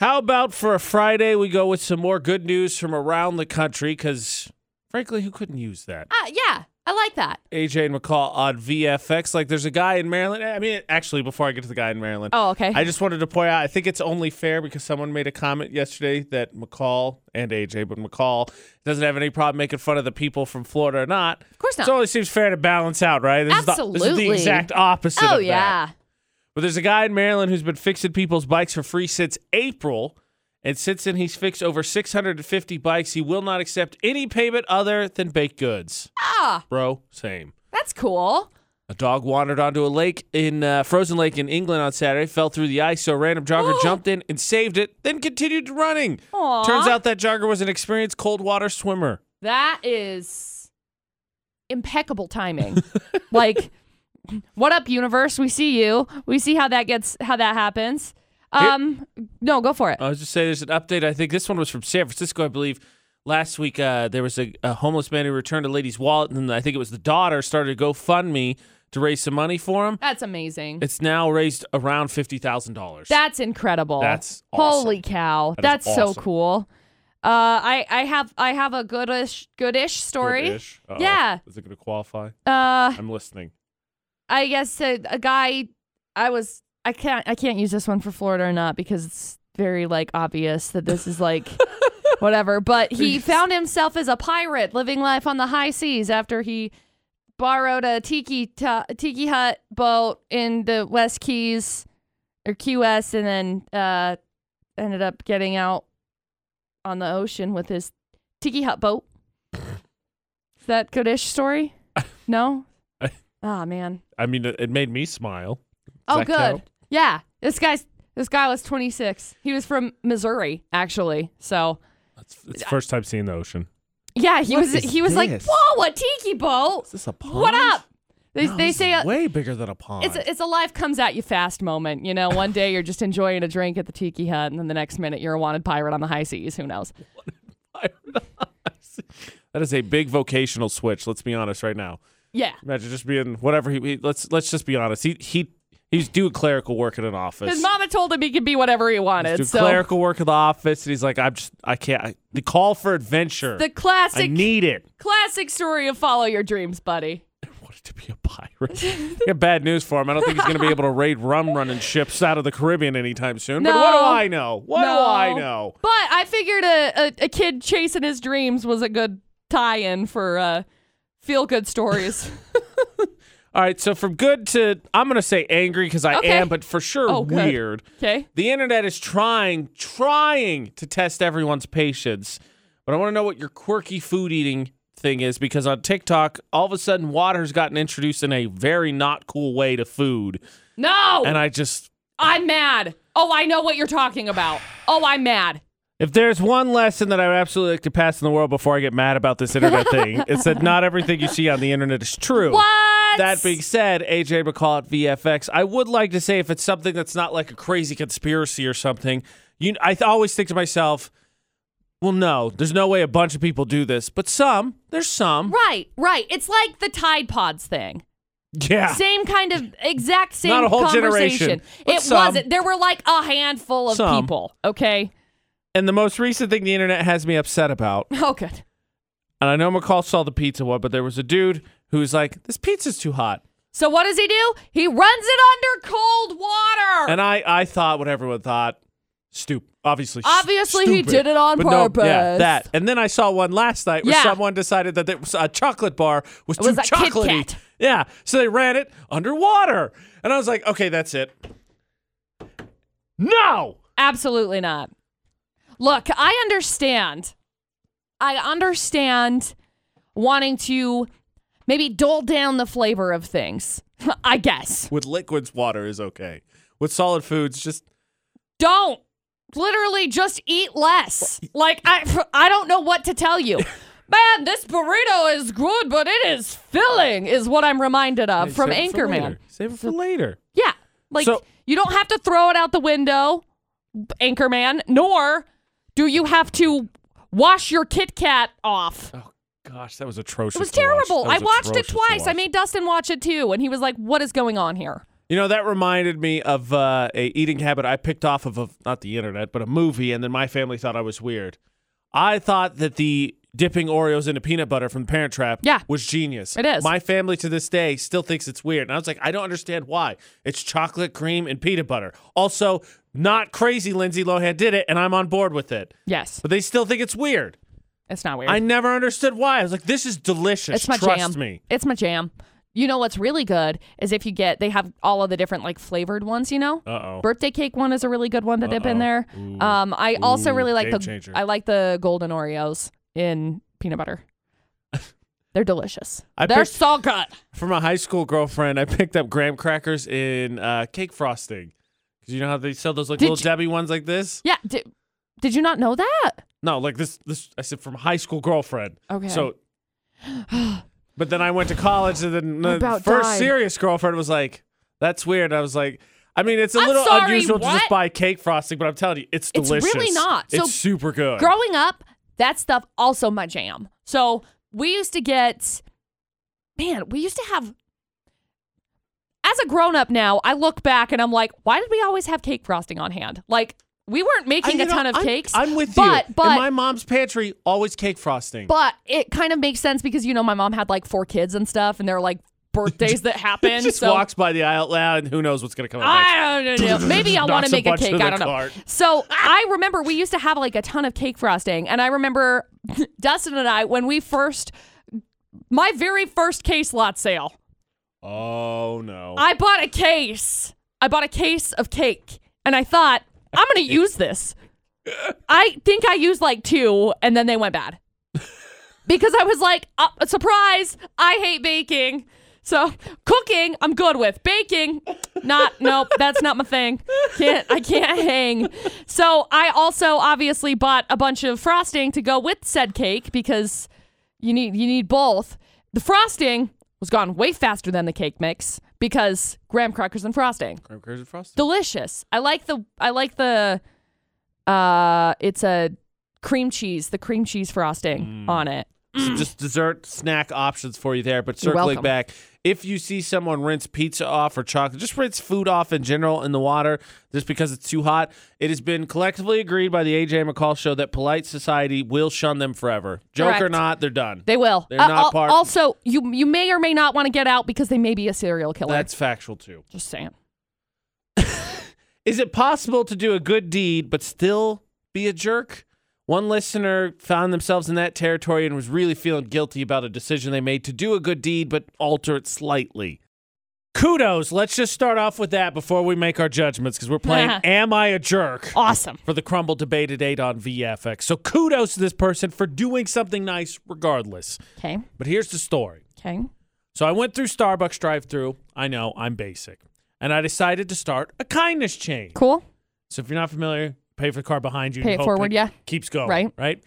How about for a Friday, we go with some more good news from around the country? Because frankly, who couldn't use that? Ah, yeah, I like that. AJ and McCall on VFX. Like, there's a guy in Maryland. I mean, actually, before I get to the guy in Maryland, Oh, okay. I just wanted to point out I think it's only fair because someone made a comment yesterday that McCall and AJ, but McCall doesn't have any problem making fun of the people from Florida or not. of course not. It only seems fair to balance out, right? This Is the, this is the Absolutely. exact opposite oh of that. yeah. But there's a guy in Maryland who's been fixing people's bikes for free since April. And since then, he's fixed over 650 bikes. He will not accept any payment other than baked goods. Ah, Bro, same. that's cool. A dog wandered onto a lake in uh, frozen lake in England on Saturday, fell through the ice, so a random jogger jumped in and saved it, then continued running. Aw. Turns out that jogger was an experienced cold water swimmer. That is impeccable timing. like, what up, universe? We see you. We see how that gets how that happens. Um, no, go for it. I was just saying, there's an update. I think this one was from San Francisco, I believe. Last week, uh, there was a, a homeless man who returned a lady's wallet, and I think it was the daughter started a GoFundMe to raise some money for him. That's amazing. It's now raised around fifty thousand dollars. That's incredible. That's awesome. holy cow. That is That's so awesome. cool. Uh, I I have I have a goodish goodish story. Yeah. Is it going to qualify? Uh, I'm listening. I guess a, a guy. I was. I can't. I can't use this one for Florida or not because it's very like obvious that this is like whatever. But he found himself as a pirate living life on the high seas after he borrowed a tiki ta- tiki hut boat in the West Keys or Key West, and then uh, ended up getting out on the ocean with his tiki hut boat. Is that goodish story? No. I- Ah man. I mean, it, it made me smile. Does Oh, that good. count? Yeah, this guy's this guy was 26. He was from Missouri, actually. So It's, it's the first time seeing the ocean. yeah, he What was is he was like, this? whoa, a tiki boat. Is this a pond? What up? They, No, they this say is a, way bigger than a pond. it's a, it's a life comes at you fast moment. You know, one day you're just enjoying a drink at the tiki hut, and then the next minute you're a wanted pirate on the high seas. Who knows? that is a big vocational switch. Let's be honest, right now. Yeah, Imagine just being whatever he. he- let's let's just be honest. He he he's doing clerical work in an office. his mama told him he could be whatever he He's wanted. doing So clerical work in the office, and he's like, I'm just I can't. I, the call for adventure. the I classic need it. classic story of follow your dreams, buddy. wanted to be a pirate. yeah, bad news for him. I don't think he's going to be able to raid rum running ships out of the Caribbean anytime soon. But what do No. I know? What do Oh, I know? But I figured a, a, a kid chasing his dreams was a good tie-in for uh, feel-good stories. All right, so from good to I'm going to say angry because I Okay. am, but for sure Oh, good. weird. okay. The internet is trying, trying to test everyone's patience. But I want to know what your quirky food eating thing is because on TikTok, all of a sudden, water's gotten introduced in a very not cool way to food. No, And I just, I'm mad. Oh, I know what you're talking about. Oh, I'm mad. if there's one lesson that I would absolutely like to pass in the world before I get mad about this internet thing, it's that not everything you see on the internet is true. What? That being said, AJ McCall at VFX. I would like to say if it's something that's not like a crazy conspiracy or something, you I th- always think to myself, well, no, there's no way a bunch of people do this, but some, there's some. right, right. It's like the Tide Pods thing. Yeah. Same kind of exact same Ah. Not a whole generation, conversation. but it some. wasn't. There were like a handful of Some. people. Okay. And the most recent thing the internet has me upset about, Oh, good. and I know McCall saw the pizza one, but there was a dude who was like, this pizza's too hot. So what does he do? He runs it under cold water. And I, I thought what everyone thought. Stupid. Obviously, s- Obviously he stupid. did it on But no, yeah, purpose. that. And then I saw one last night where Yeah. someone decided that there was a chocolate bar was It too was a Kit chocolatey. Kat. Yeah, so they ran it underwater, and I was like, okay, that's it. No, Absolutely not. Look, I understand. I understand wanting to maybe dull down the flavor of things. I guess. with liquids, water is okay. With solid foods, just Don't literally just eat less. Like I I don't know what to tell you. Man, this burrito is good, but it is filling is what I'm reminded of Uh, from Save it for Anchorman. later. Save it for later. Yeah. Like So- you don't have to throw it out the window, Anchorman, nor do you have to wash your Kit Kat off. Oh gosh, that was atrocious. It was to watch. terrible. That was I watched it atrocious to twice. I watch. made Dustin watch it too, and he was like, What is going on here? You know, that reminded me of uh, a eating habit I picked off of, a, not the internet, but a movie, and then my family thought I was weird. I thought that the dipping Oreos into peanut butter from Parent Trap Yeah. was genius. It is. My family to this day still thinks it's weird. And I was like, I don't understand why. It's chocolate, cream, and peanut butter. Also, not crazy Lindsay Lohan did it, and I'm on board with it. Yes, But they still think it's weird. it's not weird. I never understood why. I was like, this is delicious. it's my Trust jam. me. It's my jam. You know what's really good is if you get they have all of the different like flavored ones. You know, Uh oh. birthday cake one is a really good one to dip Uh-oh. in there. Ooh. Um, I also Ooh, really like game the changer. I like the golden Oreos in peanut butter. They're delicious. I They're picked- so good. From a high school girlfriend, I picked up graham crackers in uh, cake frosting. Because you know how they sell those like Did little you- Debbie ones like this? Yeah. Did, did you not know that? No, like this. This I said from high school girlfriend. Okay. So, but then I went to college, and then the About first died. serious girlfriend was like, "That's weird." I was like, "I mean, it's a I'm little sorry, unusual to just what? buy cake frosting, but I'm telling you, it's It's delicious. really not. So, it's super good. growing up, that stuff also my jam. So we used to get, man, we used to have. As a grown up now, I look back and I'm like, why did we always have cake frosting on hand? Like we weren't I- making you a know, ton of I'm- cakes. I'm with but, you. But In my mom's pantry, always cake frosting. but it kind of makes sense because you know my mom had like four kids and stuff, and there were like birthdays that happened. just so walks by the aisle loud, and who knows what's gonna come up next. I don't know. Maybe I want Knocks to a make a bunch cake. through I the don't know. cart. So I remember we used to have like a ton of cake frosting, and I remember Dustin and I when we first, my very first case lot sale, Oh no. I bought a case. I bought a case of cake, and I thought I'm gonna use this. I think I used like two, and then they went bad because I was like, uh, surprise! I hate baking. So cooking, I'm good with. Baking, not nope, that's not my thing. Can't I can't hang. So I also obviously bought a bunch of frosting to go with said cake because you need you need both. The frosting was gone way faster than the cake mix because graham crackers and frosting. Graham crackers and frosting. Delicious. I like the I like the uh it's a cream cheese, the cream cheese frosting Mm. on it. So just dessert snack options for you there. But You're circling welcome. back, if you see someone rinse pizza off or chocolate, just rinse food off in general in the water just because it's too hot. It has been collectively agreed by the AJ McCall show that polite society will shun them forever. Joke or Correct. not, they're done. They will. They're not al- part- Also, you you may or may not want to get out because they may be a serial killer. That's factual too. just saying. Is it possible to do a good deed but still be a jerk? One listener found themselves in that territory and was really feeling guilty about a decision they made to do a good deed but alter it slightly. Kudos. Let's just start off with that before we make our judgments because we're playing Am I a Jerk? Awesome. for the crumble debate at 8 on VFX. So kudos to this person for doing something nice regardless. Okay. But here's the story. Okay. So I went through Starbucks drive-through. I know, I'm basic. And I decided to start a kindness chain. Cool. So if you're not familiar, pay for the car behind you. Pay and it hope forward, yeah. Keeps going. Right. Right.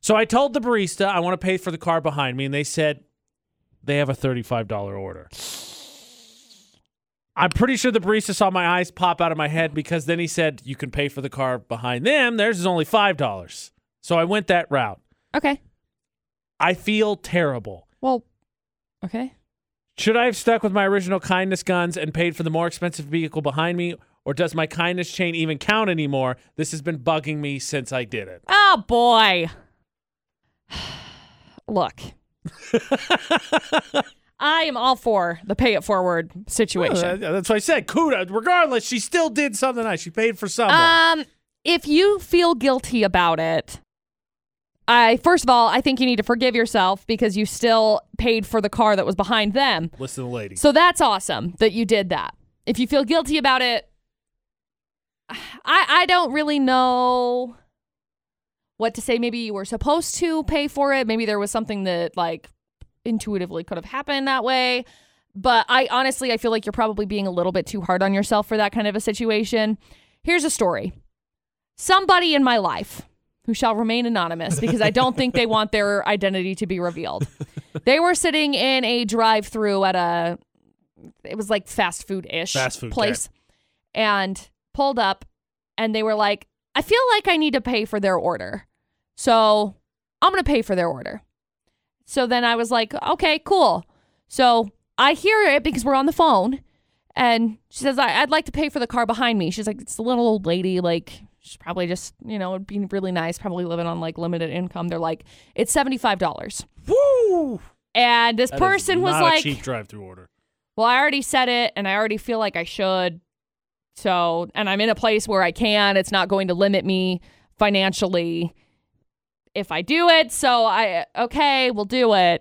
So I told the barista I want to pay for the car behind me, and they said they have a $35 order. I'm pretty sure the barista saw my eyes pop out of my head because then he said, You can pay for the car behind them. Theirs is only $5. So I went that route. Okay. I feel terrible. Well. Okay. Should I have stuck with my original kindness guns and paid for the more expensive vehicle behind me? Or does my kindness chain even count anymore? This has been bugging me since I did it. Oh boy. Look. I am all for the pay it forward Uh, situation. that's why I said kudos. Regardless, she still did something nice. She paid for someone. Um, if you feel guilty about it, I first of all, I think you need to forgive yourself because you still paid for the car that was behind them. Listen, to the lady. So that's awesome that you did that. If you feel guilty about it, I I don't really know what to say. Maybe you were supposed to pay for it. Maybe there was something that like intuitively could have happened that way. But I honestly I feel like you're probably being a little bit too hard on yourself for that kind of a situation. Here's a story. Somebody in my life who shall remain anonymous because I don't think they want their identity to be revealed they were sitting in a drive through at a it was like fast food ish Fast food, place and pulled up and they were like i feel like i need to pay for their order so i'm gonna pay for their order so then i was like okay cool so i hear it because we're on the phone And she says, I- I'd like to pay for the car behind me. She's like, it's a little old lady. Like, she's probably just, you know, it'd be really nice, probably living on like limited income. They're like, it's $75. Woo! And this That is person was not like, a cheap drive-through order. well, I already said it and I already feel like I should. So, and I'm in a place where I can. It's not going to limit me financially if I do it. So, I, okay, we'll do it.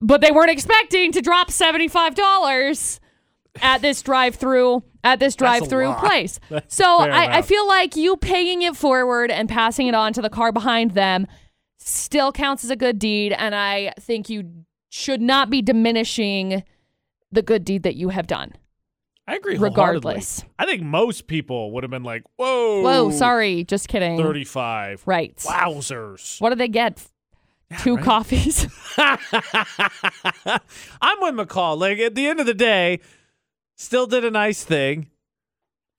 But they weren't expecting to drop $75 at this drive through at That's this a drive through lot. place. That's So fair I, I amount. feel like you paying it forward and passing it on to the car behind them still counts as a good deed. And I think you should not be diminishing the good deed that you have done. I agree. wholeheartedly. Regardless. I think most people would have been like, "Whoa, Whoa, sorry. Just kidding. thirty-five, Right. wowzers." What do they get? Two right. coffees. I'm with McCall. Like at the end of the day, still did a nice thing.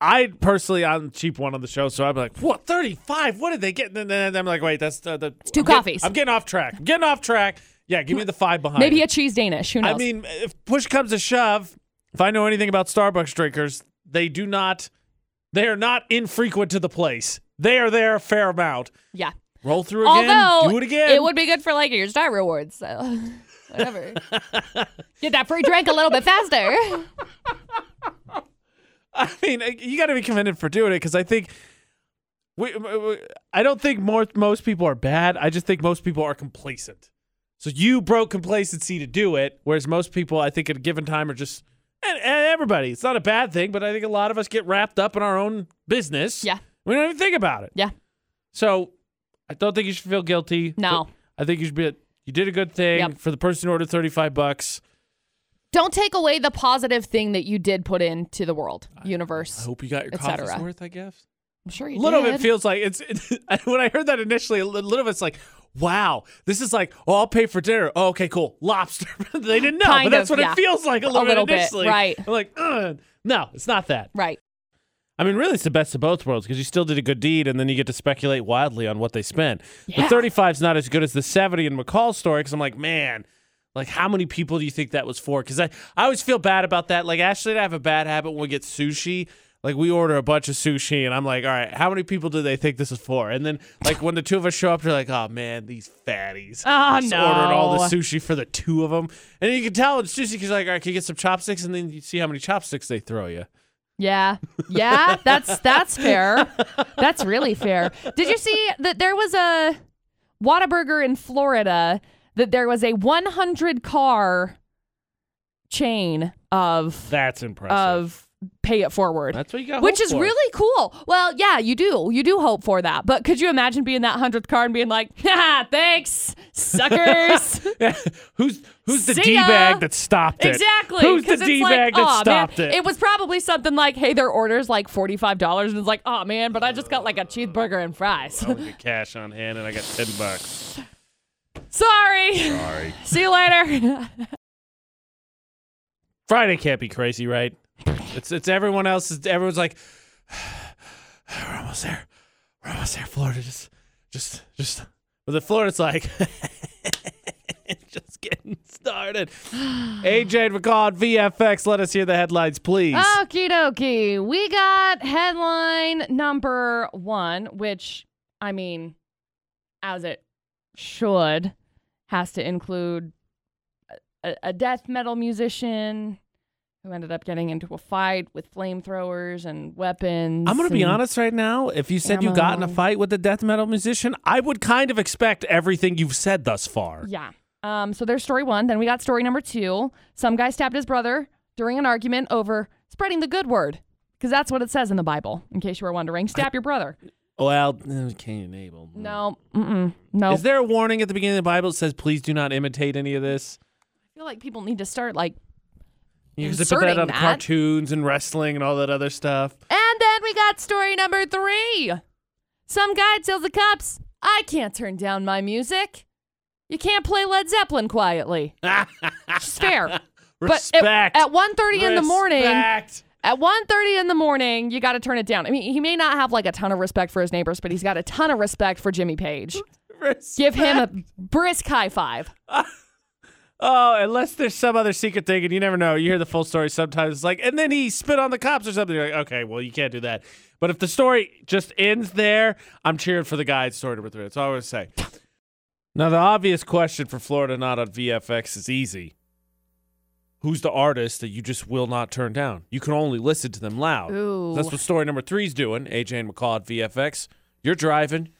I personally, I'm the cheap one on the show, so I'm like, what, 35? What did they get? And then I'm like, wait, that's uh, the two I'm getting- coffees. I'm getting off track. I'm getting off track. Yeah, give me the five behind. Maybe it. a cheese Danish. Who knows? I mean, if push comes to shove, if I know anything about Starbucks drinkers, they do not, they are not infrequent to the place. They are there a fair amount. yeah. Roll through again. Although do it again. it would be good for like your star rewards. So whatever. Get that free drink a little bit faster. I mean, you got to be commended for doing it because I think we, we- I don't think more, most people are bad. I just think most people are complacent. So you broke complacency to do it, whereas most people, I think, at a given time are just and, and everybody. It's not a bad thing, but I think a lot of us get wrapped up in our own business. Yeah. we don't even think about it. Yeah. So I don't think you should feel guilty. No. I think you should be. You did a good thing Yep. for the person who ordered thirty-five bucks. Don't take away the positive thing that you did put into the world, I universe. hope you got your Et coffee's cetera. worth. I guess. I'm sure you A little did. bit feels like it's when I heard that initially. A li- little bit's like, wow, this is like, oh, I'll pay for dinner. Oh, okay, cool, lobster. they didn't know, Kind but that's of, what yeah. it feels like a little, little bit bit, initially. right. I'm like, Ugh. no, it's not that. right. I mean, really, it's the best of both worlds because you still did a good deed, and then you get to speculate wildly on what they spent. Yeah. The 35 is not as good as the 70 in McCall's story because I'm like, man, like how many people do you think that was for? Because I, I always feel bad about that. Like Ashley and I have a bad habit when we get sushi. Like we order a bunch of sushi, and I'm like, all right, how many people do they think this is for? And then like when the two of us show up, they're like, oh man, these fatties. Oh, Just Ordering all no. the sushi for the two of them, and you can tell it's sushi because like, all right, can you get some chopsticks? And then you see how many chopsticks they throw you. Yeah. Yeah, that's that's fair. That's really fair. Did you see that there was a Whataburger in Florida that there was a 100 car chain of That's impressive. of pay it forward. That's what you got. which hope is for. really cool. Well, yeah, you do. You do hope for that. But could you imagine being that 100th car and being like, "Ha, thanks, suckers." who's who's the See d ya. bag that stopped it? Exactly. Who's the 'cause it's d like, bag "Aw, that man." stopped it? It was probably something like, hey, their order's like $45. And it's like, oh, man, but I just got like a cheeseburger and fries. I get cash on hand and I got ten bucks. Sorry. See you later. Friday can't be crazy, right? It's it's everyone else. Is, everyone's like, we're almost there. We're almost there. Florida, just just just. But the Florida's like, just getting started. AJ McCall, VFX. Let us hear the headlines, please. Okie dokie. We got headline number one, which, I mean, as it should, has to include a, a death metal musician who ended up getting into a fight with flamethrowers and weapons. I'm going to be and- honest right now. If you said you got in a ammo. fight with a death metal musician, I would kind of expect everything you've said thus far. Yeah. Um, so there's story one. Then we got story number two. Some guy stabbed his brother during an argument over spreading the good word. Because that's what it says in the Bible, in case you were wondering. Stab your brother. Mm. Well, eh, Cain and Abel. No, mm-mm, no. Is there a warning at the beginning of the Bible that says, please do not imitate any of this? I feel like people need to start like. Because they put that Inserting on that. cartoons and wrestling and all that other stuff. And then we got story number three. Some guy tells the cops, "I can't turn down my music. You can't play Led Zeppelin quietly." It's fair. But at, Respect. at 1.30 in the morning, Respect. At 1.30 in the morning, you got to turn it down. I mean, he may not have like a ton of respect for his neighbors, but he's got a ton of respect for Jimmy Page. Respect. Give him a brisk high five. Oh, unless there's some other secret thing, and you never know. You hear the full story sometimes. It's like, and then he spit on the cops or something. You're like, okay, well, you can't do that. But if the story just ends there, I'm cheering for the guy at story number three. That's all I want to say. Now, the obvious question for Florida Not on VFX is easy. Who's the artist that you just will not turn down? You can only listen to them loud. Ooh. That's what story number three's doing. AJ and McCall at VFX. You're driving.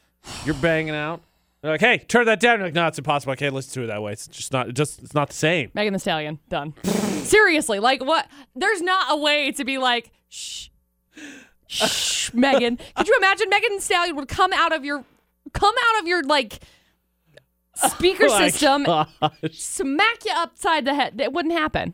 You're banging out. They're like, hey, turn that down. You're like, no, it's impossible. I can't listen to it that way. It's just not. It just it's not the same. Megan the Stallion, done. Seriously, like what? There's not a way to be like, shh, shh, Megan. Could you imagine Megan the Stallion would come out of your, come out of your like speaker Oh My system, gosh. smack you upside the head? That wouldn't happen.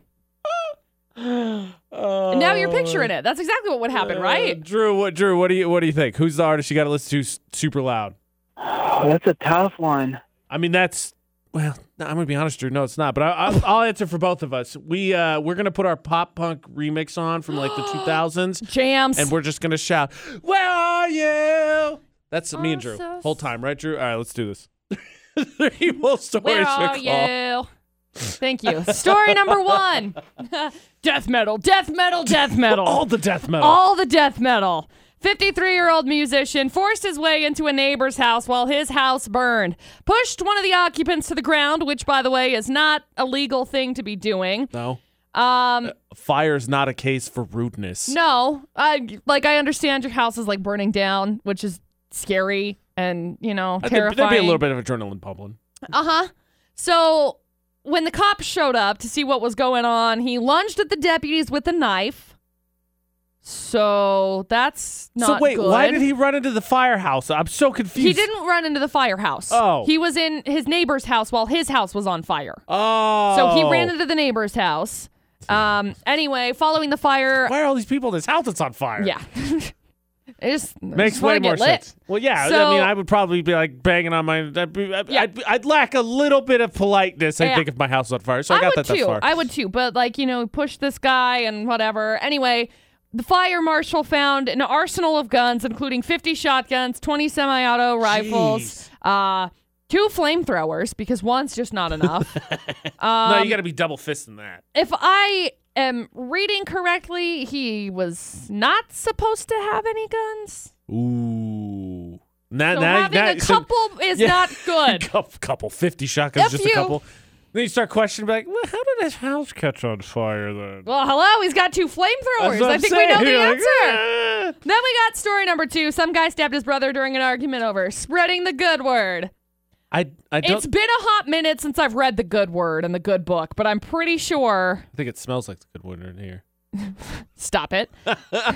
And now Oh you're picturing it. That's exactly what would happen, Uh, right? Drew, what Drew? What do you what do you think? Who's the artist you got to listen to s- super loud? Oh, that's a tough one. I mean, that's well. no, I'm gonna be honest, Drew. No, it's not. But I, I'll, I'll answer for both of us. We uh, we're gonna put our pop punk remix on from like the 2000s, Jams. and we're just gonna shout, "Where are you?" That's me and Drew Awesome. whole time, right, Drew? All right, let's do this. Three full stories. Where to are call. you? Thank you. Story number one: death metal, death metal, death metal. All the death metal. all the death metal. 53 year old musician forced his way into a neighbor's house while his house burned, pushed one of the occupants to the ground, which, by the way, is not a legal thing to be doing. no, Um, fire's not a case for rudeness. no, I, like I understand your house is like burning down, which is scary and you know I think terrifying. Uh, There'd be a little bit of adrenaline pumping. Uh huh. So when the cops showed up to see what was going on, he lunged at the deputies with a knife. So that's not so wait, good. why did he run into the firehouse? I'm so confused. He didn't run into the firehouse. Oh. He was in his neighbor's house while his house was on fire. Oh. So he ran into the neighbor's house. Um, anyway, following the fire. Why are all these people in this house that's on fire? Yeah. I just Makes just way wanna more get lit. sense. Well, yeah. I So- mean, I would probably be like banging on my. I'd, be, I'd, Yeah. I'd, I'd lack a little bit of politeness, I Yeah. think, if my house was on fire. So I, I got would that too. thus far. I would too. But like, you know, push this guy and whatever. Anyway, the fire marshal found an arsenal of guns, including 50 shotguns, 20 semi-auto rifles, uh, two flamethrowers because one's just not enough. um, no, you got to be double fisting that. if I am reading correctly, he was not supposed to have any guns. Ooh. Now, So now, having now, a so- couple is Yeah. not good. couple, couple, 50 shotguns, F just you. a couple. Then you start questioning, like, well, how did his house catch on fire then? Well, hello, he's got two That's flamethrowers. what I I'm think saying. we know the You're like, answer. "Ah." Then we got story number two. Some guy stabbed his brother during an argument over spreading the good word. I, I don't It's been a hot minute since I've read the good word and the good book, but I'm pretty sure. think it smells like the good winter in here. Stop it. but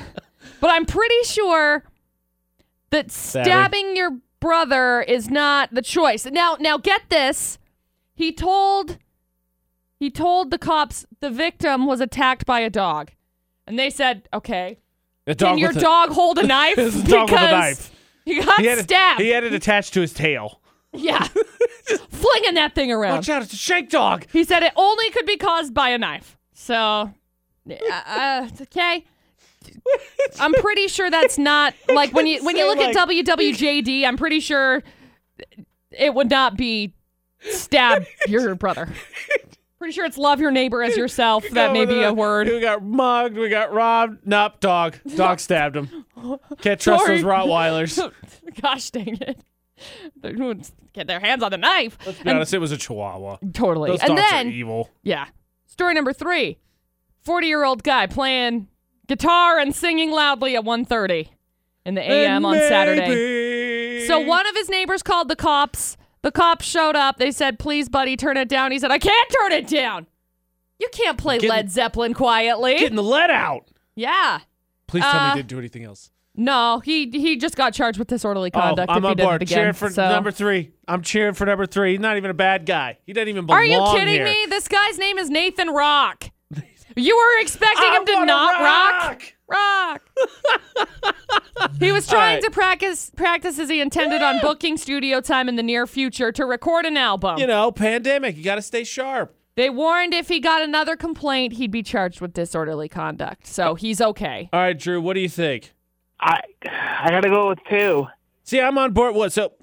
I'm pretty sure that stabbing your brother is not the choice. Now, now get this. He told he told the cops the victim was attacked by a dog. And they said, "Okay, A can your with a- dog hold a knife?" It's a dog with a Because knife. He got He had, it, stabbed. he had it attached to his tail. Yeah. Flinging that thing around. Watch out, it's a shake dog. He said it only could be caused by a knife. So, uh, uh, it's okay. I'm pretty sure that's not like when you when you Say, look at like- WWJD. I'm pretty sure it would not be stab your brother. Pretty sure it's love your neighbor as yourself. That may be a word. Oh, We got mugged, we got robbed. Nope, dog. Dog stabbed him. Can't trust Sorry. those Rottweilers. Gosh dang it! They would Get their hands on the knife. Let's be honest, it was a chihuahua. Totally. Those and dogs then are evil. Yeah. Story number three. 40 year old guy playing guitar and singing loudly at 1.30 in the a.m. on Saturday. Maybe. So one of his neighbors called the cops. The cops showed up. They said, please, buddy, turn it down. He said, I can't turn it down. You can't play Getting- Led Zeppelin quietly. Getting the lead out. yeah. Please tell me Uh, he didn't do anything else. No, he he just got charged with disorderly conduct. oh, I'm if he on board. Did it again, Cheering for so. number three. I'm cheering for number three. He's not even a bad guy. He doesn't even belong Are you kidding here. me? This guy's name is Nathan Rock. You were expecting I him to wanna not rock? rock. Rock. he was trying right. to practice practice as he intended on booking studio time in the near future to record an album. You know, pandemic. You got to stay sharp. they warned if he got another complaint, he'd be charged with disorderly conduct. So he's okay. All right, Drew. What do you think? I I gotta go with two. See, I'm on board. What? So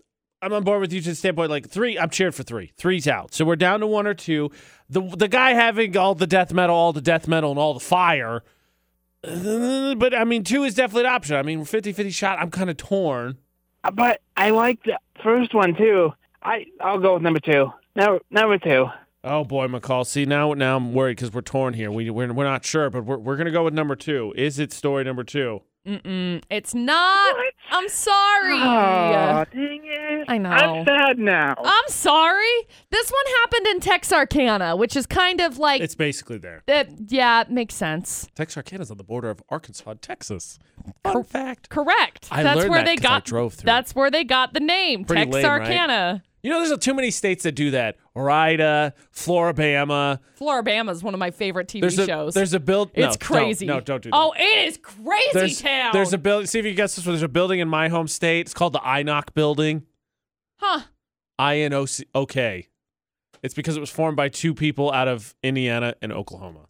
I'm on board with you to the standpoint like three. I'm cheered for three. Three's out, so we're down to one or two. The the guy having all the death metal, all the death metal, and all the fire. Uh, But I mean, two is definitely an option. I mean, 50-50 shot. I'm kind of torn. But I like the first one too. I I'll go with number two. Now number two. Oh boy, McCall. See now, now I'm worried because we're torn here. We we're, we're not sure, but we're we're gonna go with number two. Is it story number two? Mm-mm, it's not. What? I'm sorry. Ah. Oh, dang it! I know. I'm sad now. I'm sorry. This one happened in Texarkana, which is kind of like It's basically there. that. Yeah, it makes sense. Texarkana's on the border of Arkansas, and Texas. Fun fact. Correct. I that's learned where that they 'cause I got. drove through. That's where they got the name Pretty lame, right? Texarkana. You know, there's too many states that do that. Orida, Floribama. Floribama is one of my favorite TV There's a shows. there's a build. no, it's don't. crazy. no, don't do that. Oh, it is crazy there's, town. There's a building. See if you can guess this one. There's a building in my home state. It's called the INOC building. huh. INOC. Okay. It's because it was formed by two people out of Indiana and Oklahoma.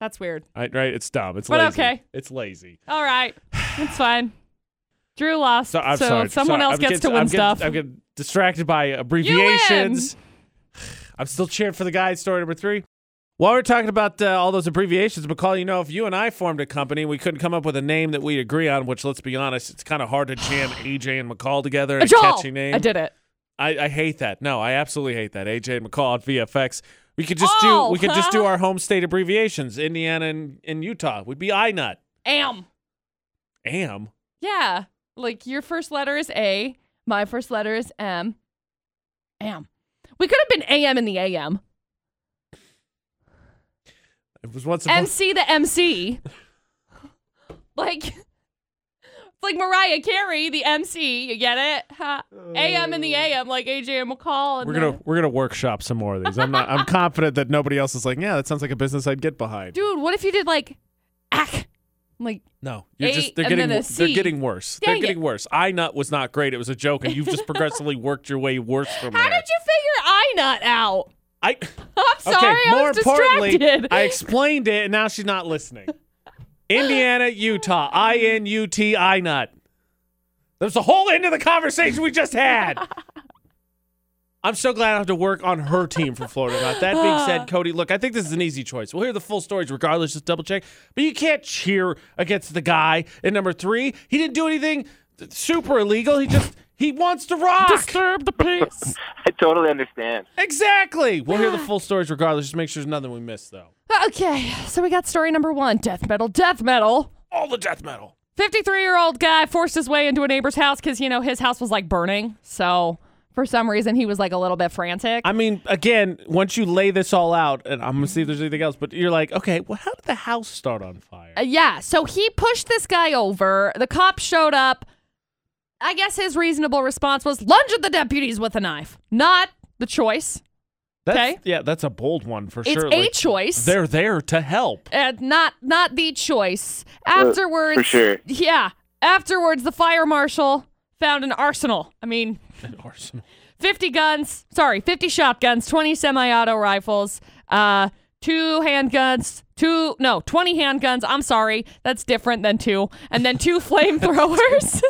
That's weird. Right, right? It's dumb. It's But lazy. okay. It's lazy. All right, it's fine. Drew lost, So I'm so sorry. if someone Sorry. else I'm gets getting- to win I'm stuff. Getting, I'm getting distracted by abbreviations. I'm still cheering for the guy at story number three. While we're talking about uh, all those abbreviations, McCall, you know, if you and I formed a company, we couldn't come up with a name that we agree on. Which, let's be honest, it's kind of hard to jam AJ and McCall together. in A Joel! catchy name. I did it. I, I hate that. No, I absolutely hate that. AJ and McCall at VFX. We could just Oh, do. We could just do huh? our home state abbreviations: Indiana and, and Utah. We'd be INUT. Am. Am. Yeah. Like your first letter is A, my first letter is M. Am. We could have been AM in the AM. It was once. upon- MC the MC. like it's like Mariah Carey, the MC, you get it? Ha. AM in the AM, like AJ and McCall and We're gonna the- we're gonna workshop some more of these. I'm not. I'm confident that nobody else is like, yeah, that sounds like a business I'd get behind. Dude, what if you did like ack? Like No, you're A just they're and getting then a wo- they're C. getting worse. Dang they're getting worse. I nut was not great. It was a joke, and you've just progressively worked your way worse from how there. did you figure I nut out? I I'm sorry, okay. I more was importantly, distracted. I explained it, and now she's not listening. Indiana, Utah, I N U T I nut. That was the whole end of the conversation we just had. I'm so glad I don't have to work on her team for Florida. Not that being said, Cody, look, I think this is an easy choice. We'll hear the full stories regardless. Just double check. But you can't cheer against the guy in number three. He didn't do anything super illegal. He just he wants to rock. Disturb the peace. I totally understand. Exactly. We'll hear the full stories regardless. Just make sure there's nothing we missed though. Okay, so we got story number one death metal, death metal. All the death metal. 53 year old guy forced his way into a neighbor's house because, you know, his house was like burning. So for some reason, he was like a little bit frantic. I mean, again, once you lay this all out, and I'm gonna see if there's anything else, but you're like, okay, well, how did the house start on fire? Uh, yeah, so he pushed this guy over. The cops showed up. I guess his reasonable response was lunge at the deputies with a knife. Not the choice. That's, okay. Yeah, that's a bold one for It's sure. a choice. They're there to help. and not not the choice. Afterwards, Uh, for sure. Yeah, afterwards, the fire marshal found an arsenal. I mean, An arsenal. 50 guns, sorry, 50 shotguns, 20 semi-auto rifles, uh, two handguns, two no, 20 handguns. I'm sorry, that's different than two, and then two flamethrowers.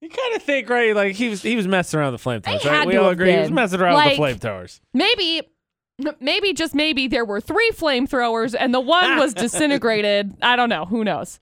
You kind of think, right? Like he was he was messing around with the flamethrowers. They right? had we to all have agree he was been. messing around Like- with the flamethrowers. maybe, maybe just maybe there were three flamethrowers, and the one was disintegrated. I don't know. Who knows?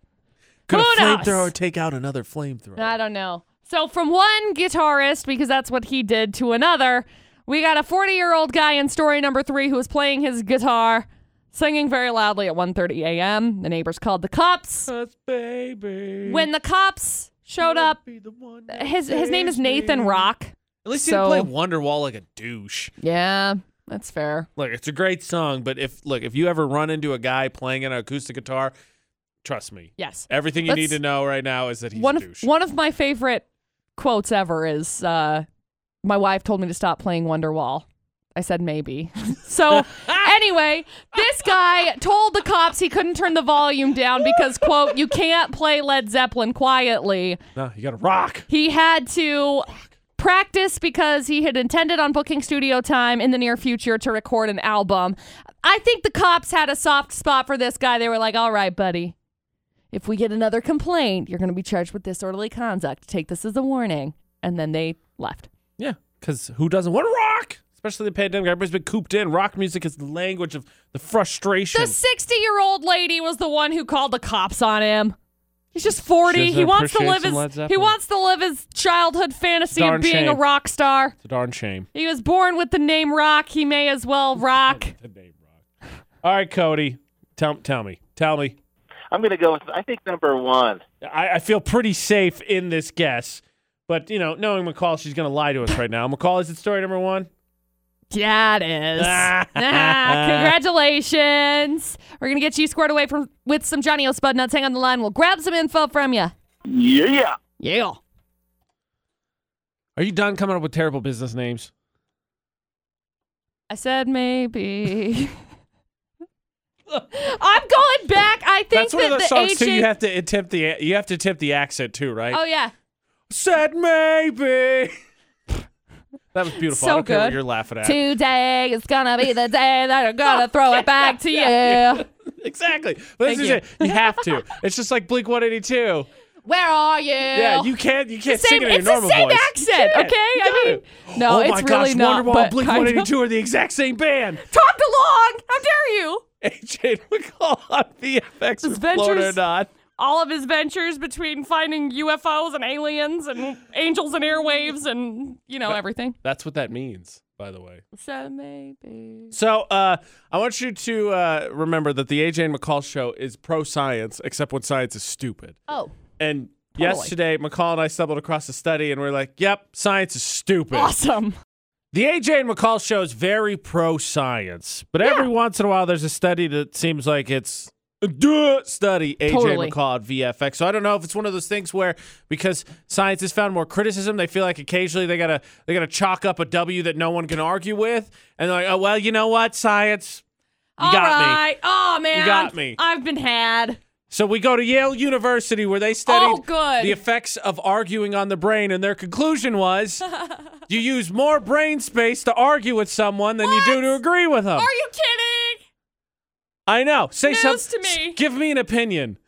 Could Who a knows? flamethrower take out another flamethrower? I don't know. So from one guitarist, because that's what he did, to another, we got a 40 year old guy in story number three who was playing his guitar, singing very loudly at 1:30 a.m. The neighbors called the cops. Us, baby. When the cops showed You'll up, be the one that his his name is saves me. Nathan Rock. At least So- he didn't play Wonderwall like a douche. Yeah, that's fair. Look, it's a great song, but if look, if you ever run into a guy playing an acoustic guitar, trust me, Yes. everything you Let's- need to know right now is that he's one a of douche. one of my favorite quotes ever is uh, my wife told me to stop playing Wonderwall. I said maybe. so anyway, this guy told the cops he couldn't turn the volume down because quote you can't play Led Zeppelin quietly. no, you got to rock. He had to practice because he had intended on booking studio time in the near future to record an album. I think the cops had a soft spot for this guy. They were like, all right, buddy, if we get another complaint, you're going to be charged with disorderly conduct. Take this as a warning. and then they left. Yeah, because who doesn't want to rock? Especially the pandemic. Everybody's been cooped in. Rock music is the language of the frustration. The 60 year old lady was the one who called the cops on him. He's just 40. She He wants to appreciates live some Led his Zeppelin. he wants to live his childhood fantasy Darn of being a shame. rock star. It's a darn shame. He was born with the name Rock. He may as well rock. The name rock. All right, Cody. Tell tell me. Tell me. I'm going to go with, I think, number one. I, I feel pretty safe in this guess. But you know, knowing McCall, she's gonna lie to us right now. McCall, is it story number one? Yeah, it is. Ah, congratulations. We're going to get you squared away from with some Johnny O. Spud nuts. Hang on the line. We'll grab some info from you. Yeah. Yeah. Are you done coming up with terrible business names? I said maybe. I'm going back. I think That's one that of those the songs AJ too. You have to attempt the you have to attempt the accent too, right? Oh yeah. Said maybe. that was beautiful. I So don't care what good. you're laughing at. Today is gonna be the day that I'm Oh, gonna throw it back to you. Exactly. But this Thank is you. it. You have to. It's just like Blink 182. Where are you? Yeah, you can't. You can't It's the sing same, it in your it's the normal same voice. accent, Yeah, okay? you I got mean, no, oh it's my really gosh, not. Wonderwall but and Blink kind of. 182 are the exact same band. Tom DeLong, how dare you? AJ McCall on VFX with Float or Adventures- not. All of his ventures between finding UFOs and aliens and angels and airwaves and you know everything. That's what that means, by the way. So maybe. So uh, I want you to uh, remember that the AJ and McCall show is pro science, except when science is stupid. Oh, And Totally. yesterday, McCall and I stumbled across a study, and we are like, "Yep, science is stupid." awesome. The AJ and McCall show is very pro science, but every once in a while there's a study that seems like it's a duh study. AJ Totally. McCall at VFX. So I don't know if it's one of those things where because science has found more criticism, they feel like occasionally they gotta they gotta chalk up a W that no one can argue with, and they're like, oh well, you know what, science. You All got me. right. Oh man. got me. I've been had. So we go to Yale University where they studied Oh, good. the effects of arguing on the brain, and their conclusion was you use more brain space to argue with someone than you do What? to agree with them. Are you kidding? I know. Say News something. to me. s- Give me an opinion.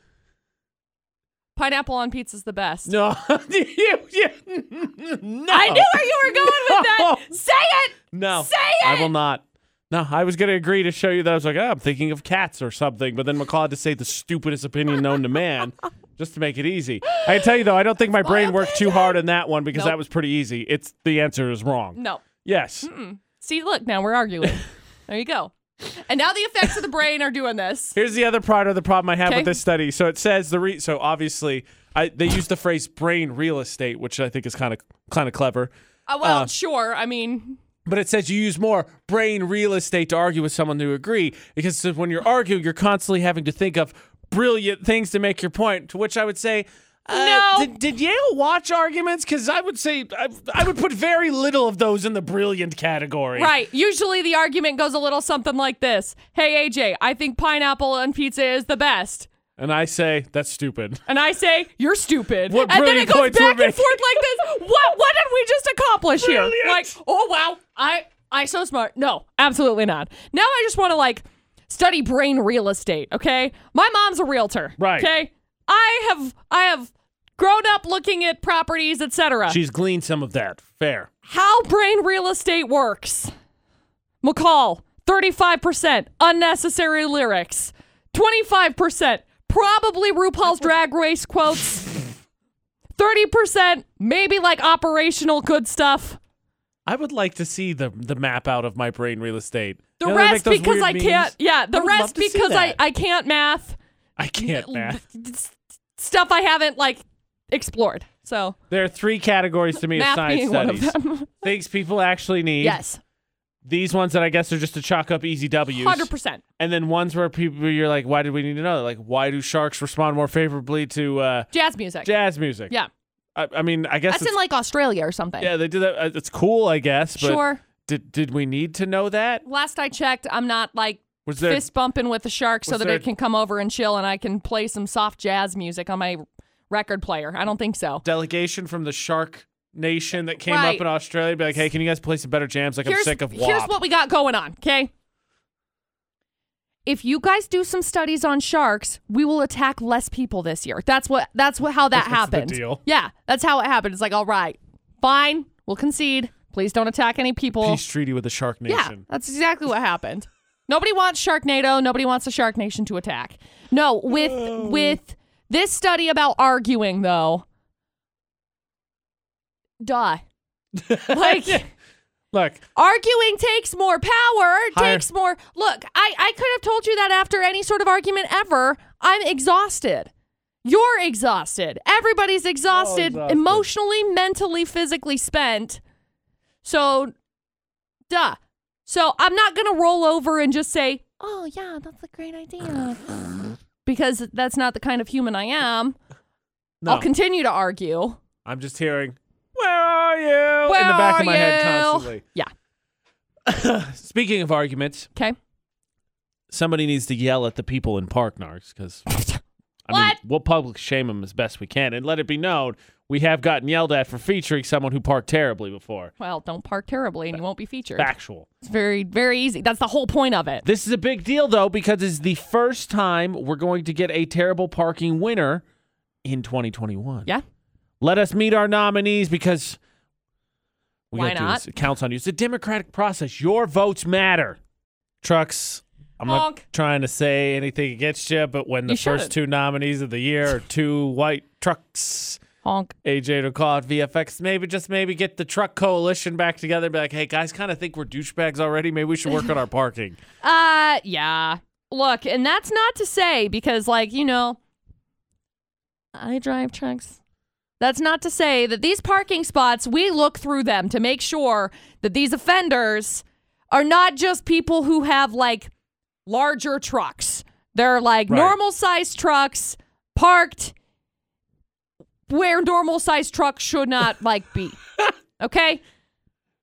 Pineapple on pizza's the best. No. Oh. you, you- no. I knew where you were going with that. No. Say it. No. Say I it! will not. No, I was going to agree to show you that I was like, oh, I'm thinking of cats or something, but then McCall had to say the stupidest opinion known to man just to make it easy. I can tell you, though, I don't think my brain worked too hard on that one because Nope. that was pretty easy. It's The answer is wrong. No. Yes. See, look, now we're arguing. there you go. And now the effects of the brain are doing this. Here's the other part of the problem I have Okay. with this study. So it says the re- so obviously I, they use the phrase brain real estate, which I think is kind of kind of clever. Uh, well, Uh, sure. I mean, But it says you use more brain real estate to argue with someone to agree because when you're arguing, you're constantly having to think of brilliant things to make your point. To which I would say, uh, No. Did, did Yale watch arguments? Because I would say I, I would put very little of those in the brilliant category. right. Usually the argument goes a little something like this Hey, AJ, I think pineapple on pizza is the best. And I say that's stupid. And I say, You're stupid. What and then brilliant it goes points we're back and making. forth like this. What What did we just accomplish here? Brilliant. Like, oh, wow. I, I so smart. No, absolutely not. Now I just want to, like, study brain real estate, okay? My mom's a realtor. Right. Okay. I have, I have. Grown up looking at properties, etc She's gleaned some of that. Fair. how brain real estate works. McCall, 35% unnecessary lyrics, 25% probably RuPaul's drag race quotes, 30% maybe like operational good stuff. I would like to see the the map out of my brain real estate. The You know, they make rest those because weird I memes. can't. Yeah, the I would love rest to see because I, that. I can't math. I can't math. s- Stuff I haven't like explored. So There are three categories to me of math science being studies. one of them. Things people actually need. yes, These ones that I guess are just to chalk up easy W's. hundred percent. And then ones where people you're like, why did we need to know that? Like, why do sharks respond more favorably to uh, Jazz music. jazz music? yeah, I, I mean, I guess that's in it's, like Australia or something. yeah, they do that. Uh, It's cool, I guess. But sure. Did did we need to know that? Last I checked, I'm not like Was there fist bumping with the shark so was that there- it can come over and chill and I can play some soft jazz music on my record player. I don't think so. delegation from the shark nation that came Right. up in Australia? Be like, hey, can you guys play some better jams? Like, I'm here's, sick of WAP. here's what we got going on, okay? If you guys do some studies on sharks, we will attack less people this year. That's what that's what how that That's the happened. deal. Yeah, that's how it happened. It's like, all right, Fine, we'll concede. Please don't attack any people. Peace treaty with the Shark yeah, Nation. that's exactly what happened. Nobody wants Sharknado. Nobody wants the Shark Nation to attack. No, with with this study about arguing though. Duh. Like Look, arguing takes more power Higher- takes more look I, I could have told you that after any sort of argument ever i'm exhausted you're exhausted everybody's exhausted, Oh, exhausted. emotionally mentally physically spent so duh so i'm not gonna roll over and just say oh yeah that's a great idea because that's not the kind of human i am no, i'll continue to argue I'm just hearing, "Where are you?" Where in the back are of my head you? constantly. yeah Speaking of arguments, okay somebody needs to yell at the people in Parknarks because I mean, What? we'll public shame them as best we can and let it be known we have gotten yelled at for featuring someone who parked terribly before. well don't park terribly and you won't be featured Factual. It's very, very easy. That's the whole point of it. This is a big deal though because it's the first time we're going to get a terrible parking winner in 2021. Yeah. Let us meet our nominees because we Why gotta do not? this. It counts on you. It's a democratic process. Your votes matter. Trucks. I'm not Honk. trying to say anything against you, but when the You first shouldn't. two nominees of the year are two white trucks, Honk. AJ to call it VFX, maybe just maybe get the truck coalition back together and be like, hey guys, kind of think we're douchebags already. Maybe we should work on our parking. Uh, yeah. Look, and that's not to say because, like, you know, I drive trucks. That's not to say that these parking spots, we look through them to make sure that these offenders are not just people who have like larger trucks. They're like Right. normal sized trucks parked where normal sized trucks should not like be. Okay?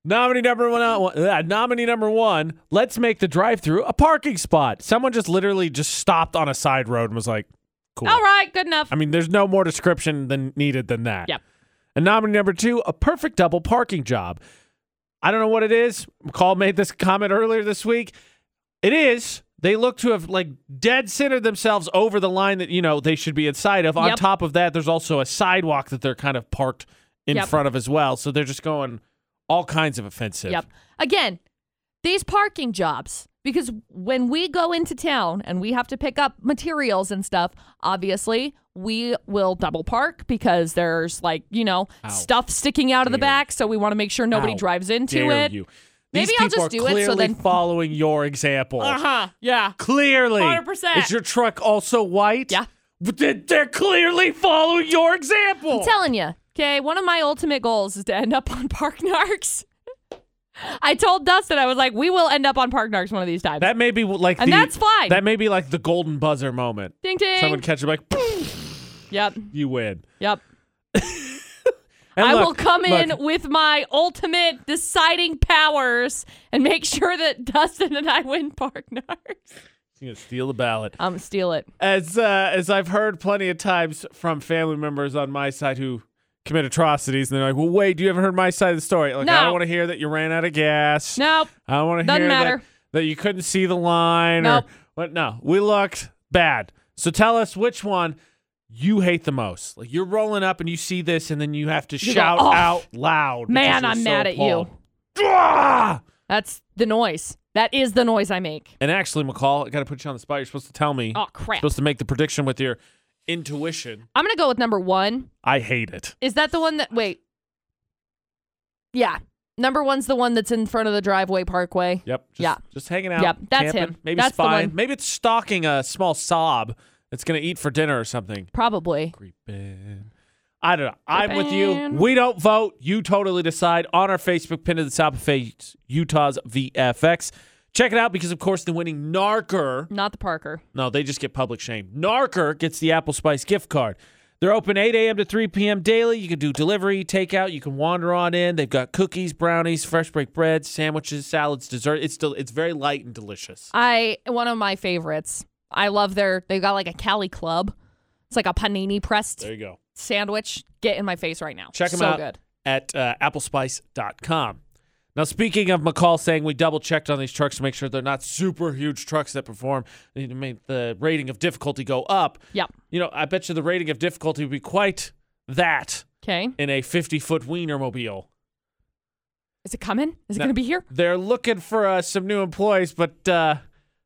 Nominee number one. Uh, nominee number one. Let's make the drive-through a parking spot. Someone just literally just stopped on a side road and was like, "Cool." All right, good enough. I mean, there's no more description than needed than that. Yep. And nominee number two, a perfect double parking job. I don't know what it is. McCall made this comment earlier this week. It is. They look to have like dead centered themselves over the line that you know they should be inside of. On Yep. top of that, there's also a sidewalk that they're kind of parked in Yep. front of as well. So they're just going all kinds of offensive. Yep. Again, these parking jobs, because when we go into town and we have to pick up materials and stuff, obviously we will double park because there's like, you know, Ow. stuff sticking out of the Dare. back. So we want to make sure nobody How drives into Dare it. you? Maybe These I'll people just are do it so clearly then- following your example. Uh huh. Yeah. Clearly, 100%. Is your truck also white? Yeah. But they- They're clearly following your example. I'm telling you. Okay, one of my ultimate goals is to end up on Park Narcs. I told Dustin, I was like, we will end up on Park Narcs one of these times. that may be like And the, that's fine. That may be like the golden buzzer moment. ding ding. Someone catch you like yep. you win. Yep. And I look, will come in look, with my ultimate deciding powers and make sure that Dustin and I win Parknarks. You gonna steal the ballot. Um, steal it. as uh, as I've heard plenty of times from family members on my side who commit atrocities, and they're like, "Well, wait, do you ever heard my side of the story? Like, I No. don't want to hear that you ran out of gas. Nope. I don't want to Doesn't hear that, matter. that you couldn't see the line Nope. or what. No, we looked bad. So tell us which one you hate the most. Like you're rolling up and you see this, and then you have to You go, shout "Oh, out loud. man, I'm mad at you." you. That's the noise. That is the noise I make. Ah! And actually, McCall, I got to put you on the spot. You're supposed to tell me. Oh crap! supposed to make the prediction with your intuition. I'm gonna go with number one. I hate it. Is that the one that? Wait. Yeah, number one's the one that's in front of the driveway parkway. Yep. Just, Yeah. Just hanging out. Yep, that's camping, him. Maybe That's the spying. one. Maybe it's stalking a small sob that's gonna eat for dinner or something. Probably. Creeping. I don't know. I'm with you. Creeping. We don't vote. You totally decide on our Facebook pin to the top of face Utah's VFX. Check it out because, of course, the winning Narker. Not the Parker. No, they just get public shame. Narker gets the Apple Spice gift card. They're open 8 a.m. to 3 p.m. daily. You can do delivery, takeout. You can wander on in. They've got cookies, brownies, fresh baked bread, sandwiches, salads, dessert. It's still it's very light and delicious. I one of my favorites. I love their. They got like a Cali Club. It's like a panini pressed There you go. sandwich. Get in my face right now. Check them so out Good. at uh, applespice.com. Now, speaking of McCall saying we double checked on these trucks to make sure they're not super huge trucks that perform, they need to make the rating of difficulty go up. Yep. You know, I bet you the rating of difficulty would be quite that Okay. in a 50 foot wiener mobile. Is it coming? Is it No. going to be here? They're looking for uh, some new employees, but uh,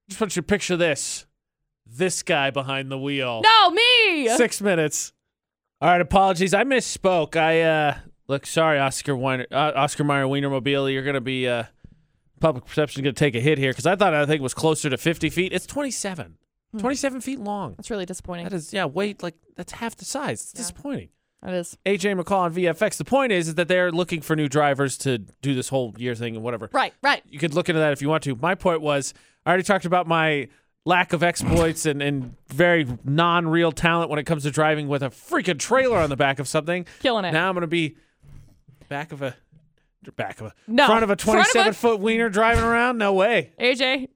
just want you to picture this. This guy behind the wheel. No, me. Six minutes. All right, apologies. I misspoke. I uh look sorry, Oscar Weiner, uh, Oscar Meyer Wienermobile. You're gonna be uh public perception gonna take a hit here because I thought I think it was closer to 50 feet. It's 27, 27 feet long. That's really disappointing. That is yeah, weight like that's half the size. It's disappointing. That is AJ McCall on VFX. The point is, is that they're looking for new drivers to do this whole year thing and whatever right. Right. you could look into that if you want to. My point was, I already talked about my lack of exploits and, and very non real talent when it comes to driving with a freaking trailer on the back of something. Killing it. Now I'm going to be back of a. Back of a No. front of a Front of a- 27 foot wiener driving around? No way. AJ,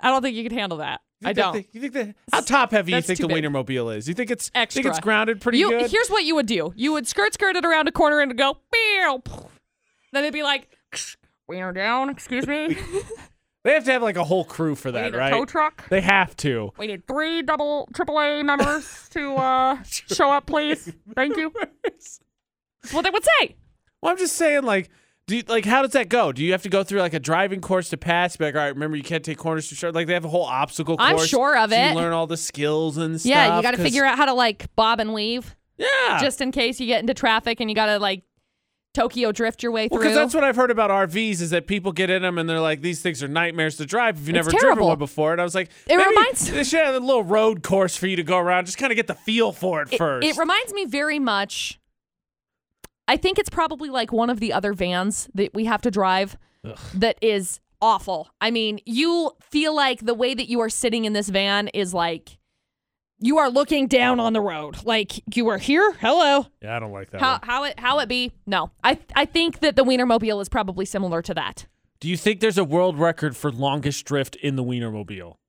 I don't think you can handle that. You I think that don't. thing- you think that how top heavy you That's think too the big. wiener mobile is? You think it's Extra. think it's grounded pretty you, good? Here's what you would do. You would skirt skirt it around a corner and go, meow. Then it'd be like, wiener down, excuse me. they have to have like a whole crew for that, need a right? tow truck. They have to. We need three double AAA members to uh, show up, please. Thank you. That's what they would say. Well, I'm just saying, like, do you, like how does that go? Do you have to go through like a driving course to pass? Be like, all right, remember you can't take corners too short. Like they have a whole obstacle course. I'm sure of so it. You learn all the skills and stuff. Yeah, you got to 'cause- Ah. figure out how to like bob and weave Yeah, just in case you get into traffic and you got to like Tokyo drift your way well, through. because that's what I've heard about RVs is that people get in them and they're like, these things are nightmares to drive if you've never driven terrible. one before. And I was like, It maybe reminds- they should have a little road course for you to go around, just kind of get the feel for it, It- first. It, reminds me very much. I think it's probably like one of the other vans that we have to drive that is awful. I mean, you feel like the way that you are sitting in this van is like you are looking down on the road. Like you are here. Hello. yeah, I don't like that. How one. how it how it be? No. I I think that the Wienermobile is probably similar to that. Do you think there's a world record for longest drift in the Wienermobile?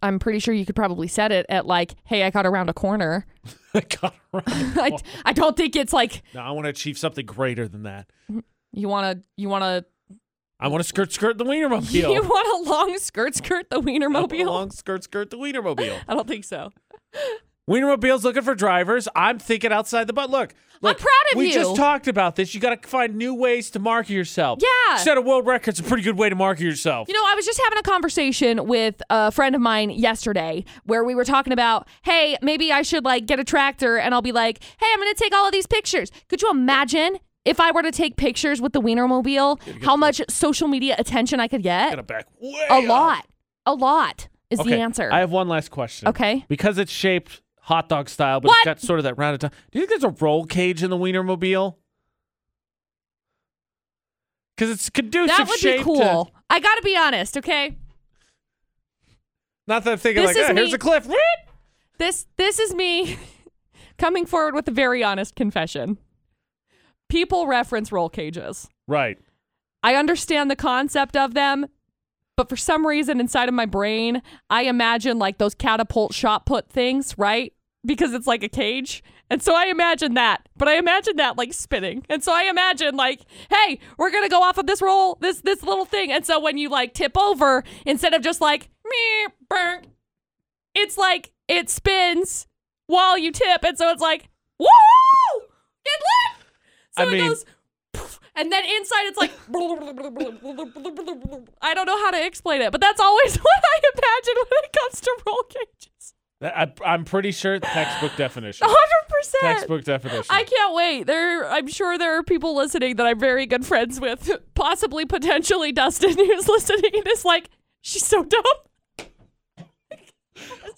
I'm pretty sure you could probably set it at like, hey, I got around a corner. I got it right. I, I don't think it's like No, I want to achieve something greater than that. you wanna you wanna I want to skirt skirt the Wienermobile. You want a long skirt skirt the I want a Wienermobile? Long skirt skirt the Wienermobile. I don't think so. Wienermobile's looking for drivers. I'm thinking outside the butt. Look, look proud of we you. just talked about this. You got to find new ways to market yourself. Yeah. Set a world record's a pretty good way to market yourself. You know, I was just having a conversation with a friend of mine yesterday where we were talking about, hey, maybe I should like get a tractor and I'll be like, hey, I'm going to take all of these pictures. Could you imagine if I were to take pictures with the Wienermobile, how much social media attention I could I get? gotta back way A up. lot. A lot is the Okay, answer. I have one last question. Okay. Because it's shaped hot dog style, but What? it's got sort of that rounded top. Do you think there's a roll cage in the Wienermobile? Because it's conducive that would shape to- be cool. I got to be honest, okay? not that I'm thinking This like, is "Ah, here's me- a cliff. This this is me coming forward with a very honest confession. People reference roll cages. Right. I understand the concept of them, but for some reason inside of my brain, I imagine like those catapult shot put things, right? Because it's like a cage. And so I imagine that. But I imagine that like spinning. And so I imagine like, hey, we're gonna go off of this roll, this this little thing. And so when you like tip over, instead of just like me burn, it's like it spins while you tip. And so it's like, woo! Get lit! So I it mean- goes poof, and then inside it's like I don't know how to explain it, but that's always what I imagine when it comes to roll cages. I, I'm pretty sure textbook definition. hundred percent. textbook definition. Oh, I can't wait. There, I'm sure there are people listening that I'm very good friends with, possibly potentially Dustin, who's listening and is like, "She's so dumb."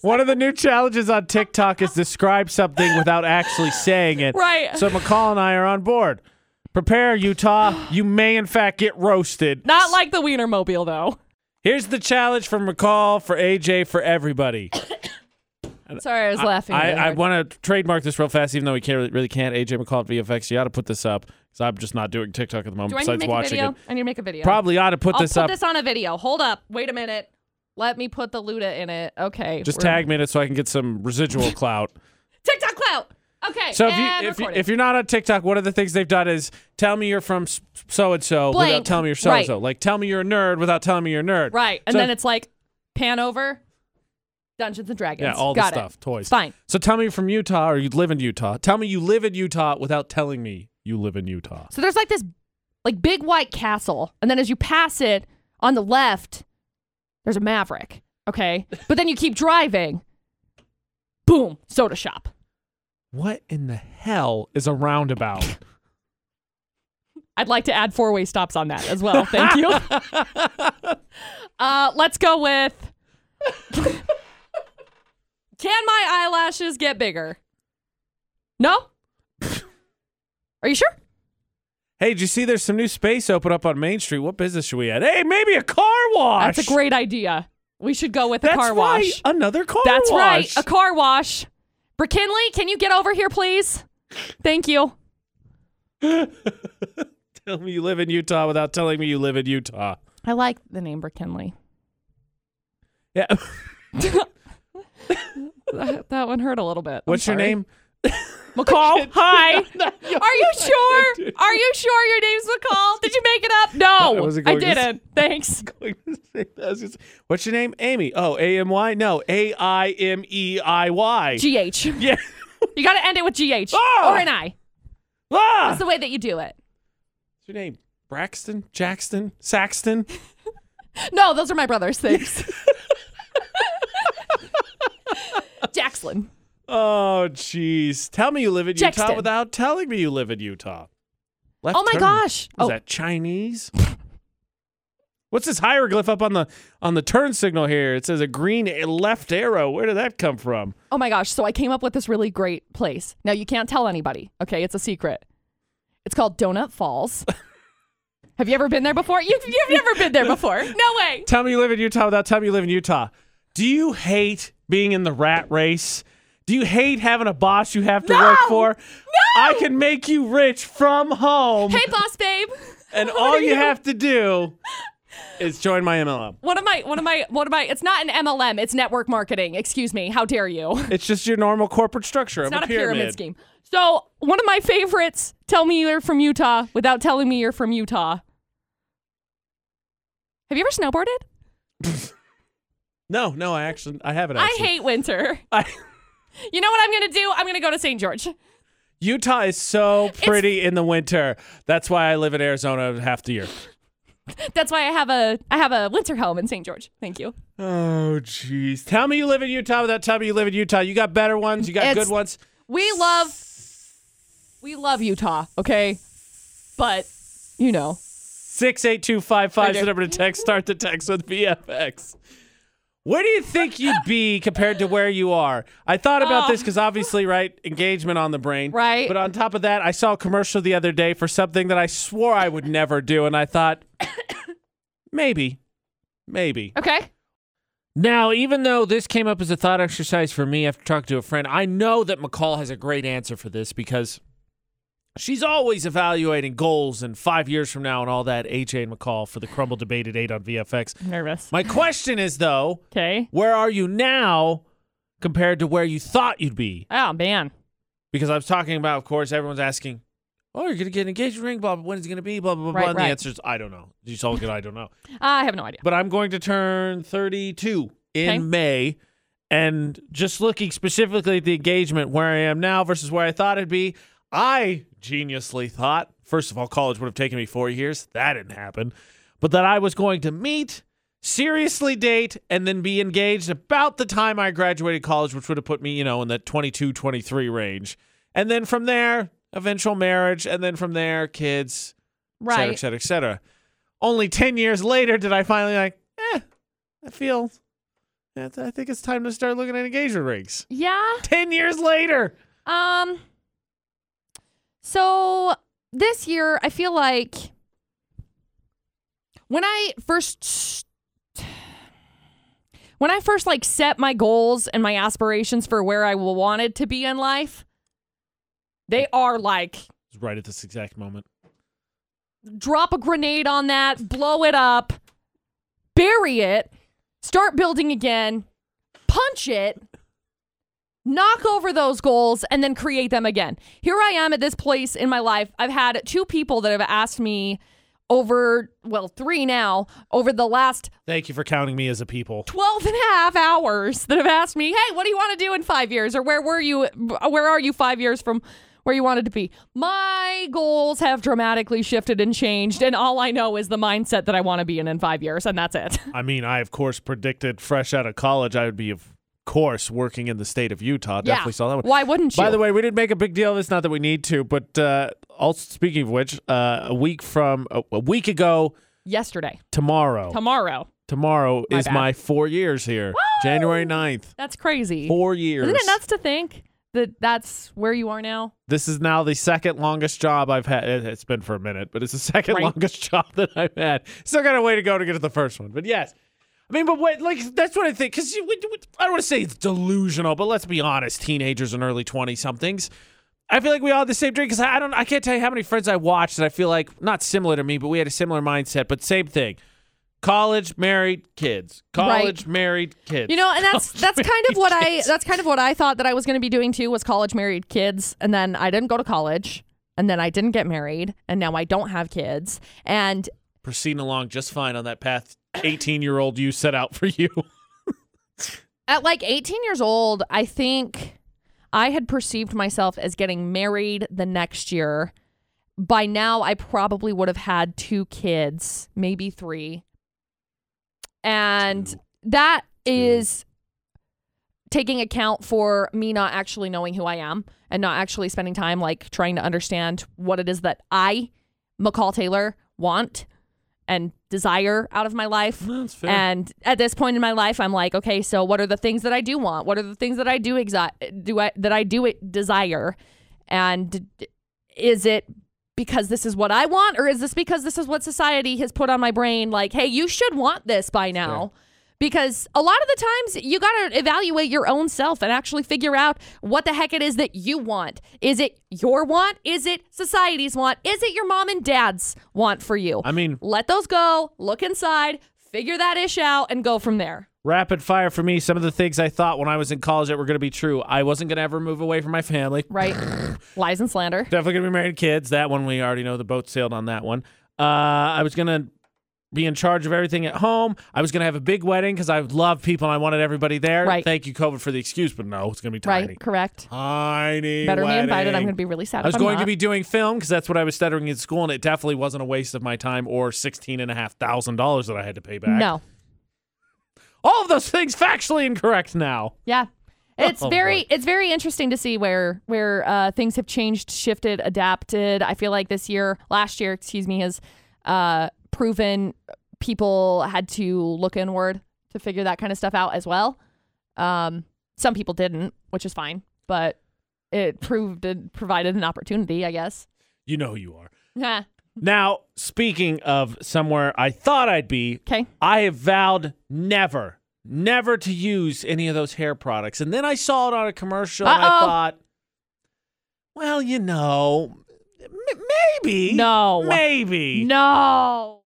One of the new challenges on TikTok is describe something without actually saying it. Right. So McCall and I are on board. Prepare, Utah. You may, in fact, get roasted. Not like the Wienermobile, though. Here's the challenge for McCall, for AJ, for everybody. Sorry, I was laughing. I, really I hard. want to trademark this real fast, even though we can't, really can't. AJ McCall at VFX, you ought to put this up because I'm just not doing TikTok at the moment, Do I need to besides make a watching video? it. I need to make a video. Probably ought to put I'll this put up. this on a video. Hold up. Wait a minute. Let me put the Luda in it. Okay. just we're- tag me in it so I can get some residual clout. TikTok clout. Okay. So if and you, if, you recording. if you're not on TikTok, one of the things they've done is tell me you're from so and so without Blank. telling me you're so and so. Like tell me you're a nerd without telling me you're a nerd. right, and So- then it's like pan over, Dungeons and Dragons. yeah, all Got the it. stuff, toys. Fine. So tell me you're from Utah or you live in Utah. Tell me you live in Utah without telling me you live in Utah. So there's like this like big white castle, and then as you pass it on the left, there's a Maverick. Okay, but then you keep driving. Boom, soda shop. What in the hell is a roundabout? I'd like to add four way stops on that as well. Thank you. uh, let's go with Can my eyelashes get bigger? No? Are you sure? hey, did you see there's some new space open up on Main Street? What business should we at? Hey, maybe a car wash. That's a great idea. We should go with a That's car right, wash. Another car That's wash. right. A car wash. Brikinley, can you get over here, please? Thank you. Tell me you live in Utah without telling me you live in Utah. I like the name Brikinley. Yeah. That, Uh, that one hurt a little bit. I'm What's your sorry. name? McCall. Hi. Are you sure? Are you sure your name's McCall? Did you make it up? No, I I, wasn't going to didn't. Thanks. What's your name? Amy. Oh, A M Y? No, A I M E I Y. GH. Yeah. You got to end it with GH Oh! or an I. Ah! That's the way that you do it. What's your name? Braxton? Jackson? Saxton? No, those are my brothers. Thanks. Jaxlin. Oh, jeez. Tell me you live in Utah Jackson. without telling me you live in Utah. Left Oh my turn. gosh. Is Oh, that Chinese? What's this hieroglyph up on the on the turn signal here? It says a green a- left arrow. Where did that come from? oh my gosh. So I came up with this really great place. Now you can't tell anybody. Okay, it's a secret. It's called Donut Falls. Have you ever been there before? You've, you've never been there before. No way. Tell me you live in Utah without telling me you live in Utah. Do you hate being in the rat race? Do you hate having a boss you have to work No! for? No! I can make you rich from home, Hey, boss babe. and all you you? have to do is join my MLM. One of my, one of my, one of my. It's not an MLM. It's network marketing. Excuse me. How dare you? It's It's just your normal corporate structure of not a a pyramid. scheme. So one of my favorites. Tell me you're from Utah without telling me you're from Utah. Have you ever snowboarded? No, no, I actually I haven't. I Actually. hate winter. I- You know what I'm gonna do? I'm gonna go to St. George. Utah is so pretty in the winter. That's why I live in Arizona half the year. That's why I have a I have a winter home in St. George. Thank you. Oh, jeez. Tell me you live in Utah without telling me you live in Utah. You got better ones. You got It's- good ones. We love we love Utah, okay? But you know. 68255 is the Okay. number to text. Start the text with VFX. Where do you think you'd be compared to where you are? I thought about this because obviously, right, engagement on the brain. Right. But on top of that, I saw a commercial the other day for something that I swore I would never do. And I thought, maybe, maybe. Okay. Now, even though this came up as a thought exercise for me after talking to a friend, I know that McCall has a great answer for this because she's always evaluating goals and five years from now and all that. AJ and McCall for the Crumble Debate at 8 on VFX. Nervous. My question is, though, Okay. where are you now compared to where you thought you'd be? Oh man. Because I was talking about, of course, everyone's asking, oh, you're going to get an engagement ring, blah, blah, when is it going to be, blah, blah, blah, Right, blah. And right. the answer is, I don't know. You all good, I don't know. I have no idea. but I'm going to turn 32 in Okay. May. And just looking specifically at the engagement where I am now versus where I thought it'd be, I geniusly thought, first of all, college would have taken me four years. That didn't happen. But that I was going to meet, seriously date, and then be engaged about the time I graduated college, which would have put me, you know, in the 22, 23 range. And then from there, eventual marriage. And then from there, kids, et cetera, et Right. cetera, et cetera. Only 10 years later did I finally like, eh, I feel, I th- I think it's time to start looking at engagement rings. Yeah. 10 years later. Um so this year I feel like when I first when I first like set my goals and my aspirations for where I wanted to be in life, they are like Right at this exact moment. drop a grenade on that, blow it up, bury it, start building again, punch it, knock over those goals, and then create them again. Here I am at this place in my life. I've had two people that have asked me over, well, three now, over the last Thank you for counting me as a people. 12 and a half hours that have asked me, hey, what do you want to do in five years? Or where were you? Where are you five years from where you wanted to be. My goals have dramatically shifted and changed, and all I know is the mindset that I want to be in in five years, and that's it. I mean, I of course predicted fresh out of college I would be of course working in the state of Utah. Yeah. Definitely saw that one. Why wouldn't you? By the way, we didn't make a big deal of this. Not that we need to, but uh, also speaking of which, uh, a week from a, a week ago yesterday, tomorrow, tomorrow. tomorrow My is bad. my four years here. January 9th. That's crazy. Four years. Isn't it nuts to think that that's where you are now? This is now the second longest job I've had. It- It's been for a minute, but it's the second Right. longest job that I've had. Still got a way to go to get to the first one, but yes. I mean, but wait, like that's what I think. Because I don't want to say it's delusional, but let's be honest, teenagers and early twenty somethings. I feel like we all had the same dream. Because I don't, I can't tell you how many friends I watched that I feel like not similar to me, but we had a similar mindset, but same thing. College, married, kids. Right. College, married, kids. You know, and that's that's kind of what I that's kind of what I thought that I was going to be doing too was college married kids, and then I didn't go to college, and then I didn't get married, and now I don't have kids, and proceeding along just fine on that path. Eighteen-year-old you set out for you. at like 18 years old, I think I had perceived myself as getting married the next year. By now, I probably would have had two kids, maybe three. And Two. that is taking account for me not actually knowing who I am and not actually spending time like trying to understand what it is that I, McCall Taylor, want and desire out of my life. That's fair. And at this point in my life, I'm like, okay, so what are the things that I do want? What are the things that I do exi- do I that I do it desire? And d- is it because this is what I want, or is this because this is what society has put on my brain? Like, hey, you should want this by now. Because a lot of the times you got to evaluate your own self and actually figure out what the heck it is that you want. Is it your want? Is it society's want? Is it your mom and dad's want for you? I mean, let those go, look inside, figure that ish out, and go from there. rapid fire for me. Some of the things I thought when I was in college that were going to be true. I wasn't going to ever move away from my family. Right? Lies and slander. Definitely going to be married kids. That one we already know the boat sailed on that one. Uh, I was going to be in charge of everything at home. I was going to have a big wedding because I love people and I wanted everybody there. Right. Thank you, COVID, for the excuse, but no, it's going to be tiny. Right? Correct. Tiny. Better me wedding. invited. I'm going to be really sad. I was if I'm going not. to be doing film because that's what I was studying in school, and it definitely wasn't a waste of my time or sixteen and a half thousand dollars that I had to pay back. No. all of those things factually incorrect now. Yeah. It's Oh, very boy. it's very interesting to see where where uh, things have changed, shifted, adapted. I feel like this year, last year, excuse me, has uh, proven people had to look inward to figure that kind of stuff out as well. Um, some people didn't, which is fine, but it proved it provided an opportunity, I guess. You know who you are. Yeah. Now, speaking of somewhere I thought I'd be, Okay. I have vowed never, never to use any of those hair products. And then I saw it on a commercial and I Uh-oh. thought, well, you know, m- maybe. No. Maybe. No.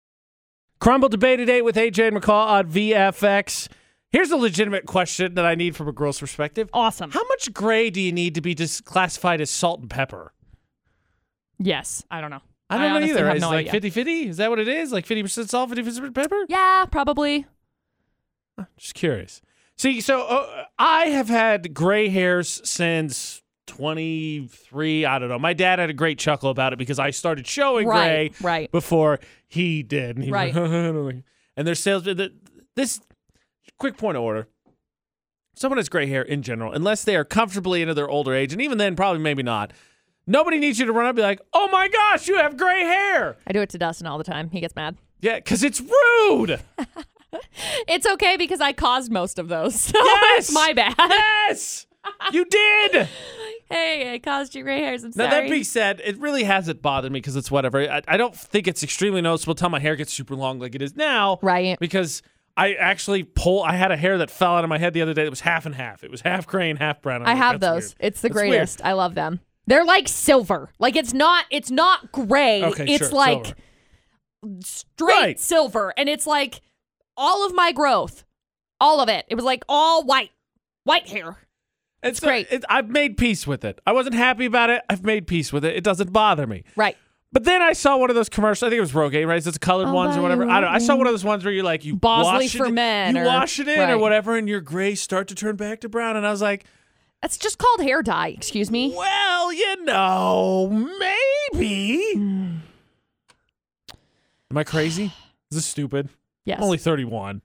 Crumble debate today with AJ and McCall on VFX. Here's a legitimate question that I need from a girl's perspective. Awesome. How much gray do you need to be dis- classified as salt and pepper? Yes. I don't know. I don't know honestly either. have It's no like idea. 50 50? Is that what it is? Like 50% salt, 50% pepper? Yeah, probably. Just curious. See, so uh, I have had gray hairs since 23. I don't know. My dad had a great chuckle about it because I started showing gray Right. Right. before he did. And he was Right. like, I don't like- and their sales, th- th- this quick point of order. Someone has gray hair in general, unless they are comfortably into their older age, and even then, probably maybe not. Nobody needs you to run up and be like, oh my gosh, you have gray hair. I do it to Dustin all the time. He gets mad. Yeah, because it's rude. It's okay because I caused most of those. So Yes! it's my bad. Yes, you did. Hey, I caused you gray hairs. I'm Now, sorry. that being said, it really hasn't bothered me because it's whatever. I, I don't think it's extremely noticeable till my hair gets super long like it is now. Right. Because I actually pull, I had a hair that fell out of my head the other day that was half and half. It was half gray and half brown. I'm I like, have "That's those. weird." It's the That's weird. greatest. I love them. They're like silver. Like it's not it's not gray. Okay, it's sure, like silver. straight Right. silver and it's like all of my growth. All of it. It was like all white. White hair. It's uh, great. It, I've made peace with it. I wasn't happy about it. I've made peace with it. It doesn't bother me. Right. But then I saw one of those commercials. I think it was Rogaine, right? So It's colored I'll ones buy or whatever. you I don't. know. I saw Rogaine. one of those ones where you're like, you Oh, Bosley wash for it, men you or- wash it in right. or whatever, and your grays start to turn back to brown. And I was like, That's just called hair dye. Excuse me. Well, you know, maybe. Am I crazy? Is this stupid? Yes. I'm only 31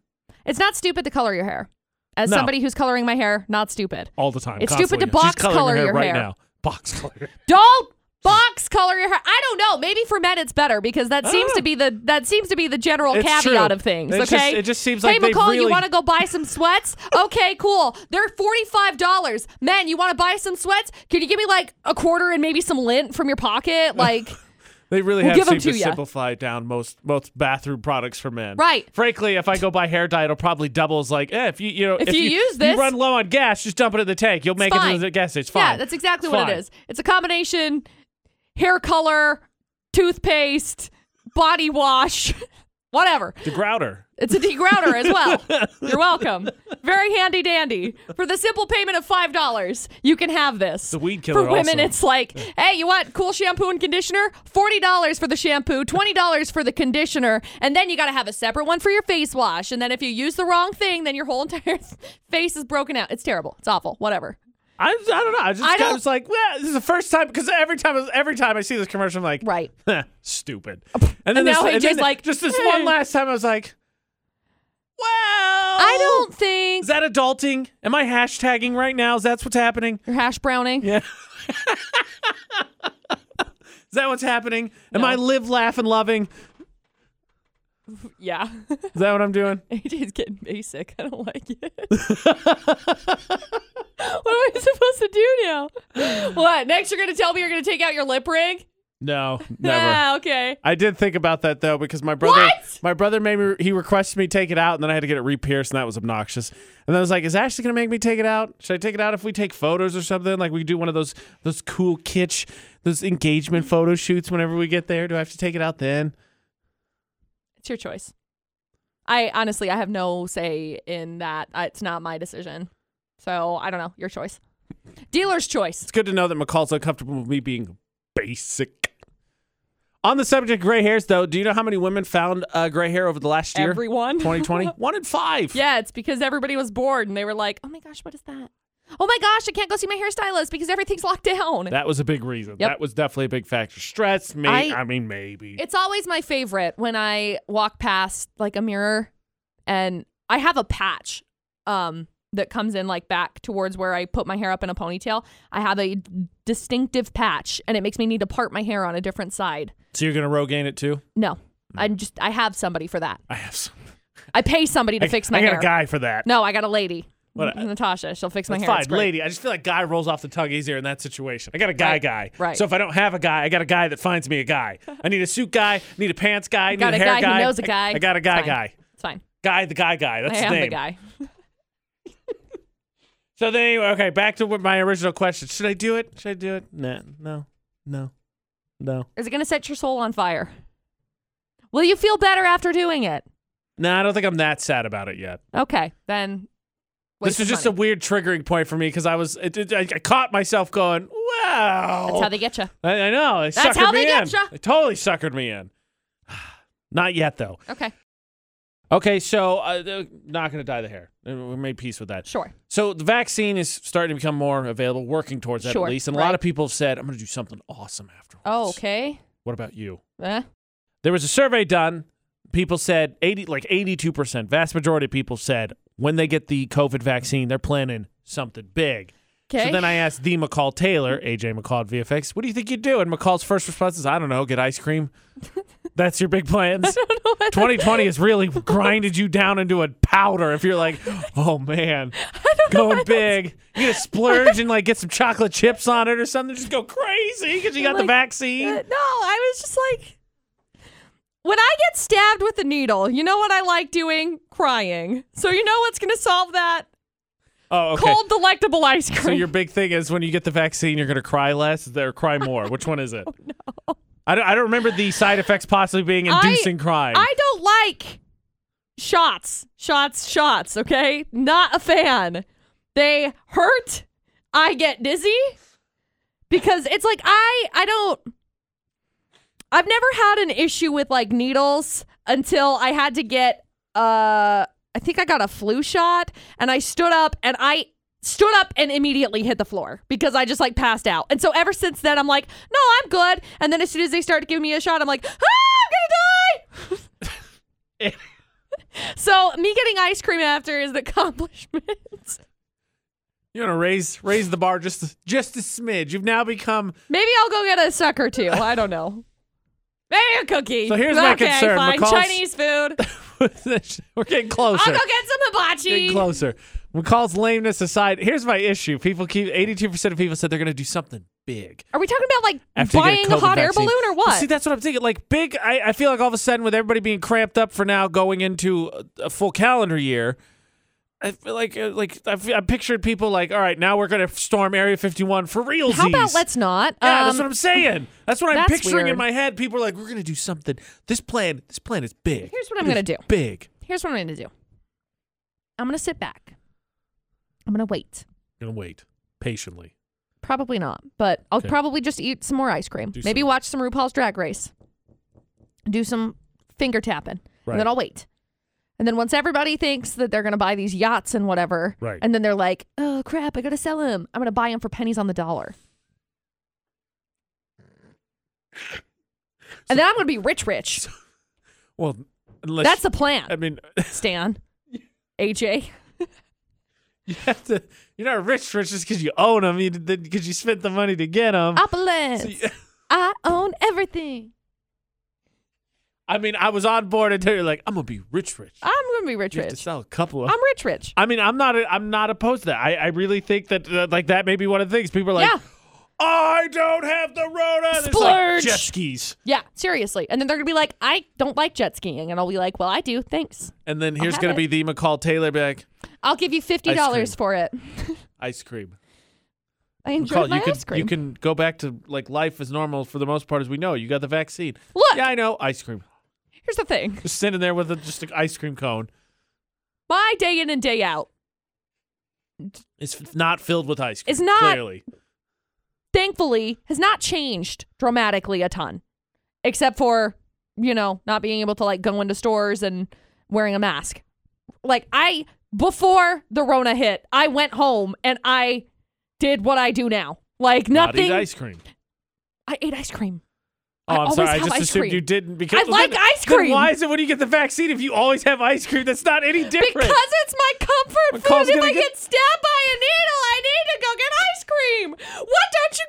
it's not stupid to color your hair. As No. somebody who's coloring my hair, not stupid. all the time. It's stupid to constantly. She's box coloring her color hair your right hair. now. Box color. Don't box color your hair. I don't know. Maybe for men it's better because that seems Ah. to be the that seems to be the general It's caveat true. of things. It's okay. just- it just seems hey, like they've McCall, you really- want to go buy some sweats? Okay, cool. They're forty five dollars. Men, you want to buy some sweats? Can you give me like a quarter and maybe some lint from your pocket? Like. They really We'll have give 'em seemed to to ya. simplify down most most bathroom products for men. Right. Frankly, if I go buy hair dye, it'll probably double as like eh, if you you know If you use this- you run low on gas, just dump it in the tank. You'll make it fine. to the gas station. Yeah, Fine. that's exactly It's what fine. it is. It's a combination hair color, toothpaste, body wash, whatever. The grouter. It's a degrounder as well. You're welcome. Very handy dandy. For the simple payment of $5, you can have this. The weed killer For women, also. it's like, hey, you want cool shampoo and conditioner? $40 for the shampoo, $20 for the conditioner, and then you got to have a separate one for your face wash. And then if you use the wrong thing, then your whole entire face is broken out. It's terrible. It's awful. Whatever. I, I don't know. I just I I don't- was like, well, this is the first time because every time every time I see this commercial, I'm like, Right. "Huh, stupid. And then And this, now and AJ's then like, just this "Hey." one last time, I was like, well, I I don't think Oh. Is that adulting? Am I hashtagging right now? Is that what's happening? Your hash browning? Yeah. Is that what's happening? Am No. I live, laugh, and loving? Yeah. Is that what I'm doing? AJ's getting basic. I don't like it. what am I supposed to do now? What? Next, you're going to tell me you're going to take out your lip ring? No, never. Ah, okay. I did think about that though because my brother, What? my brother made me. He requested me take it out, and then I had to get it re-pierced, and that was obnoxious. And I was like, "Is Ashley gonna make me take it out? Should I take it out if we take photos or something? Like we do one of those those cool kitsch, those engagement photo shoots whenever we get there? Do I have to take it out then? It's your choice. I honestly, I have no say in that. I- It's not my decision. So I don't know. Your choice. Dealer's choice. It's good to know that McCall's uncomfortable with me being basic. On the subject of gray hairs, though, do you know how many women found uh, gray hair over the last year? Everyone. 2020? One in five. Yeah, it's because everybody was bored and they were like, oh my gosh, what is that? Oh my gosh, I can't go see my hairstylist because everything's locked down. That was a big reason. Yep. That was definitely a big factor. Stress, me. I- I, mean, maybe. It's always my favorite when I walk past like a mirror and I have a patch um that comes in like back towards where I put my hair up in a ponytail. I have a distinctive patch and it makes me need to part my hair on a different side. so you're going to Rogaine it too? No. Hmm. I just I have somebody for that. I have some. I pay somebody to I, fix my I got hair. a guy for that. No, I got a lady. What a- Natasha, she'll fix my That's hair. fine. It's great. Lady, I just feel like guy rolls off the tongue easier in that situation. I got a guy Right. guy. Right. So if I don't have a guy, I got a guy that finds me a guy. I need a suit guy, I need a pants guy, I need Got a a hair guy guy. who knows a I- guy. I, got a It's guy fine. guy. It's fine. Guy the guy guy. That's I his am name. the guy. So then, anyway, okay, back to what my original question. Should I do it? Should I do it? Nah, no, no, no. Is it going to set your soul on fire? Will you feel better after doing it? No, I don't think I'm that sad about it yet. Okay, then. this was just a weird triggering point for me because I was, it, it, I, I caught myself going, wow. That's how they get you. I, I know. They That's suckered how they me get in. ya. They totally suckered me in. Not yet, though. Okay, Okay, so uh, uh, not going to dye the hair. Uh, We made peace with that. sure. So the vaccine is starting to become more available, working towards that Sure, at least. And a right. lot of people have said, I'm going to do something awesome afterwards. Oh, okay. What about you? Eh. there was a survey done. People said 80, like 82%, vast majority of people said when they get the COVID vaccine, they're planning something big. Okay. So then I asked the McCall Taylor, AJ McCall at VFX, what do you think you'd do? And McCall's first response is, I don't know, get ice cream. That's your big plans. 2020 has really grinded you down into a powder. If you're like, oh man, going big, you gonna splurge and like get some chocolate chips on it or something. Just go crazy because you got the Like, vaccine. Uh, no, I was just like, when I get stabbed with a needle, you know what I like doing? Crying. So you know what's going to solve that? oh, okay. Cold, delectable ice cream. So your big thing is when you get the vaccine, you're gonna cry less or cry more. Which one is it? Oh, no. I don't, I don't remember the side effects possibly being I- inducing crying. I don't like shots, shots, shots, okay? Not a fan. They hurt. I get dizzy because it's like I I don't I've never had an issue with like needles until I had to get uh I think I got a flu shot and I stood up and I stood up and immediately hit the floor because I just like passed out. And so ever since then, I'm like, no, I'm good. And then as soon as they started giving me a shot, I'm like, ah, I'm gonna die. so me getting ice cream after is an accomplishment. You want to raise raise the bar just just a smidge. You've now become Maybe I'll go get a suck or two. I don't know. Maybe a cookie. So here's my okay, concern, Fine. McCall's- Chinese food. we're getting closer. I'll go get some hibachi. Getting closer. McCall's lameness aside, here's my issue. People keep 82% of people said they're going to do something big. Are we talking about like After they get buying a, COVID hot air vaccine. balloon or Well, what? See, that's what I'm thinking. Like big, I, I feel like all of a sudden with everybody being cramped up for now, going into a, a full calendar year, I feel like uh, like I, feel, I pictured people like, all right, now we're going to storm Area 51 for real. How about let's not? Yeah, Um, that's what I'm saying. That's what I'm that's picturing in weird. my head. People are like, we're going to do something. This plan, this plan is big. Here's what I'm It is gonna do. Big. here's what I'm gonna do. I'm gonna sit back. I'm gonna wait. going to wait patiently. Probably not, but I'll Okay. probably just eat some more ice cream. Do Maybe some- watch some RuPaul's Drag Race. Do some finger tapping, and Right. then I'll wait. And then once everybody thinks that they're gonna buy these yachts and whatever, Right. and then they're like, "Oh crap, I gotta sell them. I'm gonna buy them for pennies on the dollar." and then I'm gonna be rich, rich. Well, unless That's the plan, I mean, Stan. AJ. you have to. You're not rich, rich just because you own them. You because you spent the money to get them. Opulence. I own everything. I mean, I was on board until you're like, I'm gonna be rich, rich. I'm gonna be rich, you have to rich. sell a couple of. I'm rich, rich. I mean, I'm not. I'm not opposed to that. I, I really think that uh, like that may be one of the things people are like. yeah, I don't have the Rona. It's like Splurge. jet skis. yeah, seriously. And then they're gonna be like, I don't like jet skiing, and I'll be like, Well, I do. Thanks. And then here's have gonna be it. the McCall Taylor bag I'll give you fifty dollars for it. ice cream. I McCall, enjoyed my you can ice cream. you can go back to like life as normal for the most part as we know. You got the vaccine. Look. yeah, I know ice cream. Here's the thing: Just sitting there with a, just an ice cream cone. my day in and day out. It's f- not filled with ice cream. It's not. Clearly. thankfully has not changed dramatically a ton except for you know not being able to like go into stores and wearing a mask like i before the rona hit i went home and i did what i do now like Not nothing eat ice cream. i ate ice cream Oh, I I'm always sorry. I have just ice assumed cream. you didn't because I like then- ice then cream. why is it when you get the vaccine if you always have ice cream? That's not any different. because it's my comfort McCall's food if gonna i get- get... stabbed by a needle i need to go get ice cream what don't you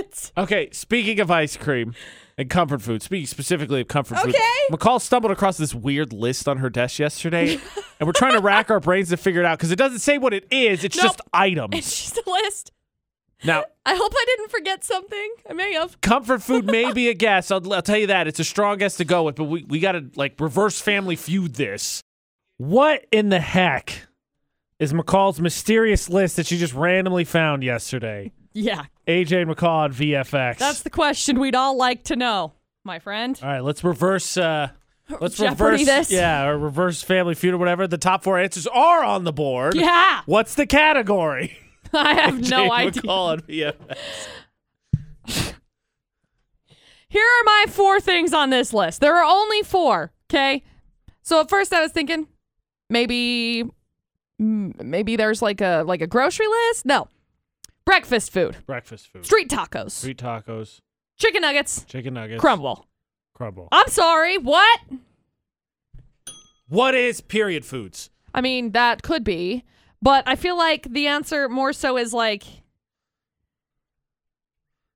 get okay, speaking of ice cream and comfort food, speaking specifically of comfort food, Okay. McCall stumbled across this weird list on her desk yesterday, and we're trying to rack our brains to figure it out because it doesn't say what it is. It's Nope. just items. it's just a list Now, i hope i didn't forget something i may have comfort food may be a guess. I'll, I'll tell you that it's a strong guess to go with, but we we got to like reverse family feud this. What in the heck is McCall's mysterious list that she just randomly found yesterday? yeah AJ McCall on VFX. That's the question we'd all like to know, my friend. all right. Let's reverse. Uh, let's Jeopardy reverse this. Yeah, or reverse family feud or whatever. The top four answers are on the board. Yeah, What's the category? I have no AJ idea. McCall on VFX. Here are my four things on this list. There are only four, okay? So at first I was thinking maybe m- maybe there's like a like a grocery list. No. Breakfast food, Breakfast food. street tacos, Street tacos, chicken nuggets, chicken nuggets, crumble. crumble. I'm sorry, what? What is period foods? I mean, that could be, but I feel like the answer more so is like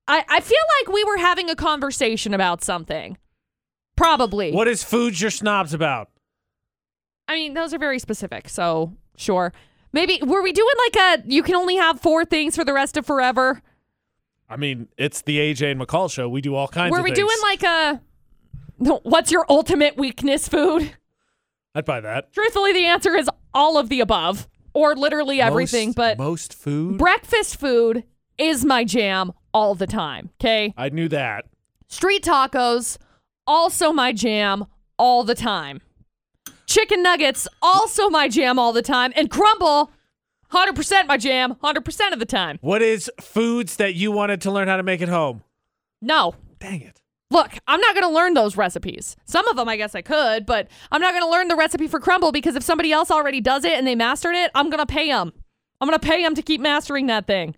I I feel like we were having a conversation about something. Probably. What is foods your snobs about? I mean, those are very specific, so sure. Maybe were we doing like a you can only have four things for the rest of forever? I mean, it's the AJ and McCall show. We do all kinds were of we things. doing like a no, what's your ultimate weakness food? I'd buy that. Truthfully, the answer is all of the above or literally everything, Most- but most food. breakfast food is my jam all the time. Okay. I knew that. Street tacos, also my jam all the time. Chicken nuggets, also my jam all the time. And crumble, 100% my jam, 100% of the time. What is foods that you wanted to learn how to make at home? No. Dang it. Look, I'm not going to learn those recipes. Some of them I guess I could, but I'm not going to learn the recipe for crumble because if somebody else already does it and they mastered it, I'm going to pay them. I'm going to pay him to keep mastering that thing.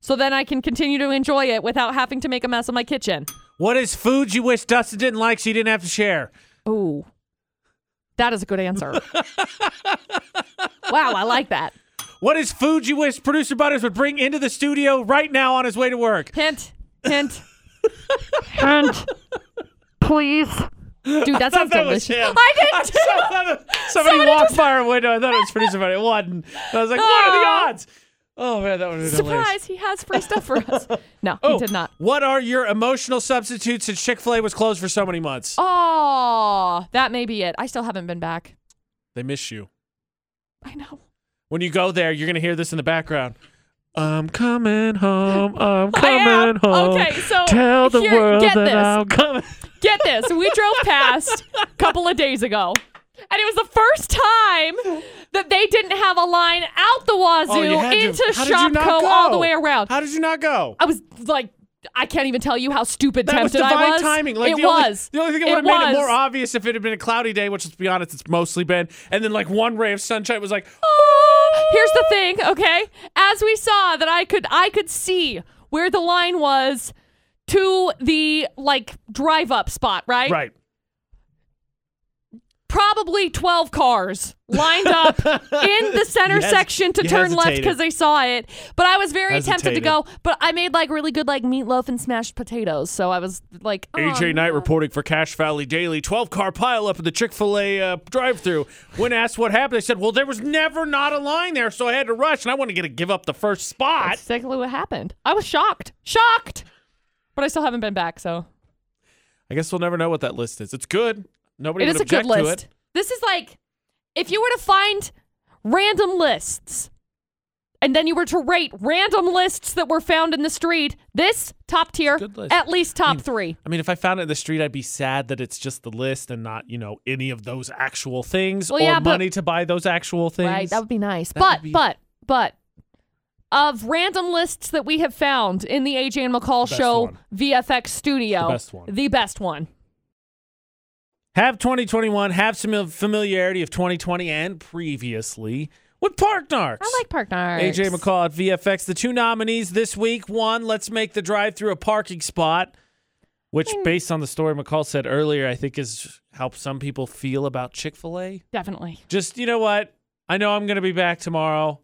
So then I can continue to enjoy it without having to make a mess of my kitchen. What is food you wish Dustin didn't like so you didn't have to share? Ooh. That is a good answer. wow, I like that. What is food you wish producer Butters would bring into the studio right now on his way to work? Hint, hint, hint. Please. Dude, that sounds that was delicious. him. I did too. Somebody, somebody walked by our window. I thought it was producer Butters. It wasn't. And I was like, what are the Aw. odds? Oh, man, that would have been hilarious. Oh, Surprise, he has free stuff for us. No, he did not. What are your emotional substitutes since Chick fil A was closed for so many months? Oh, that may be it. I still haven't been back. They miss you. I know. When you go there, you're going to hear this in the background. I'm coming home. I'm I am. coming home. Oh, Okay, so Tell the here- world get that this. I'm coming. Get this. We drove past a couple of days ago. And it was the first time that they didn't have a line out the wazoo Oh, you had to. into How did you not Shopco all the go? way around. How did you not go? I was like, I can't even tell you how stupid That was tempted divine I was. timing. Like it the was. Only, the only thing that would have made it more was. obvious if it had been a cloudy day, which let's be honest, it's mostly been, and then like one ray of sunshine was like, Oh. Here's the thing, okay? As we saw that I could I could see where the line was to the like drive up spot, right? right. Probably 12 cars lined up in the center You hes- section to you turn left hesitated. because they saw it. But I was very tempted to Hesitated. go, but I made like really good like meatloaf and smashed potatoes, so I was like oh, AJ Knight reporting for Cash Valley Daily. 12 car pileup at the Chick fil A uh, drive through. When asked what happened, they said, Well, there was never not a line there, so I had to rush, and I wanted to get to give up the first spot. That's exactly what happened. I was shocked. Shocked. But I still haven't been back, so I guess we'll never know what that list is. It's good. Nobody it would is a good object to list. it. This is like if you were to find random lists and then you were to rate random lists that were found in the street, this top tier, Good list. at least top I mean, three. I mean, if I found it in the street, I'd be sad that it's just the list and not, you know, any of those actual things Well, or yeah, but- money to buy those actual things. Right. That would be nice. That but, would be- but, but. Of random lists that we have found in the AJ and McCall The best show one. VFX studio, The best one. the best one. Have 2021, have some familiarity of 2020 and previously with Partnarks. I like Park Narks. AJ McCall at VFX. The two nominees this week one, let's make the drive through a parking spot, which, Hmm. based on the story McCall said earlier, I think is how some people feel about Chick fil A. Definitely. Just, you know what? I know I'm going to be back tomorrow.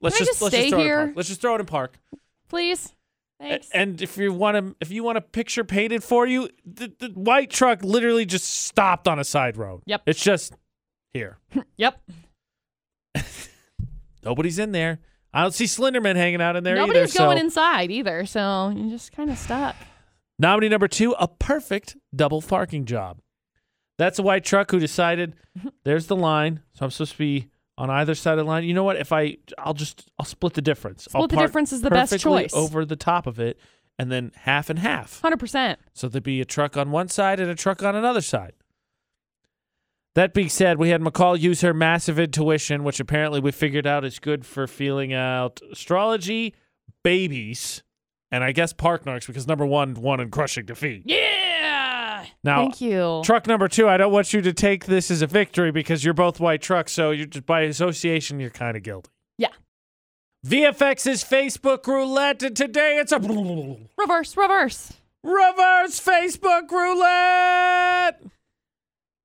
Let's Can I just, just let's stay just throw it here? in park. Let's just throw it in park. Please. Thanks. And if you want to, if you want a picture painted for you, the, the white truck literally just stopped on a side road. Yep. It's just here. yep. Nobody's in there. I don't see Slenderman hanging out in there either. Nobody's going so- inside either, so you're just kind of stuck. Nominee number two, a perfect double parking job. That's a white truck who decided there's the line, so I'm supposed to be on either side of the line. You know what? If I, I'll just, I'll split the difference. I'll Split the park difference is the best perfectly choice. Over the top of it, and then half and half. Hundred percent. So there'd be a truck on one side and a truck on another side. That being said, we had McCall use her massive intuition, which apparently we figured out is good for feeling out astrology, babies, and I guess park narcs because number one won in crushing defeat. Yeah. Now, Thank you. truck number two, I don't want you to take this as a victory because you're both white trucks, so you're just by association, you're kind of guilty. Yeah. VFX's Facebook roulette, and today it's a reverse reverse, reverse. Facebook roulette.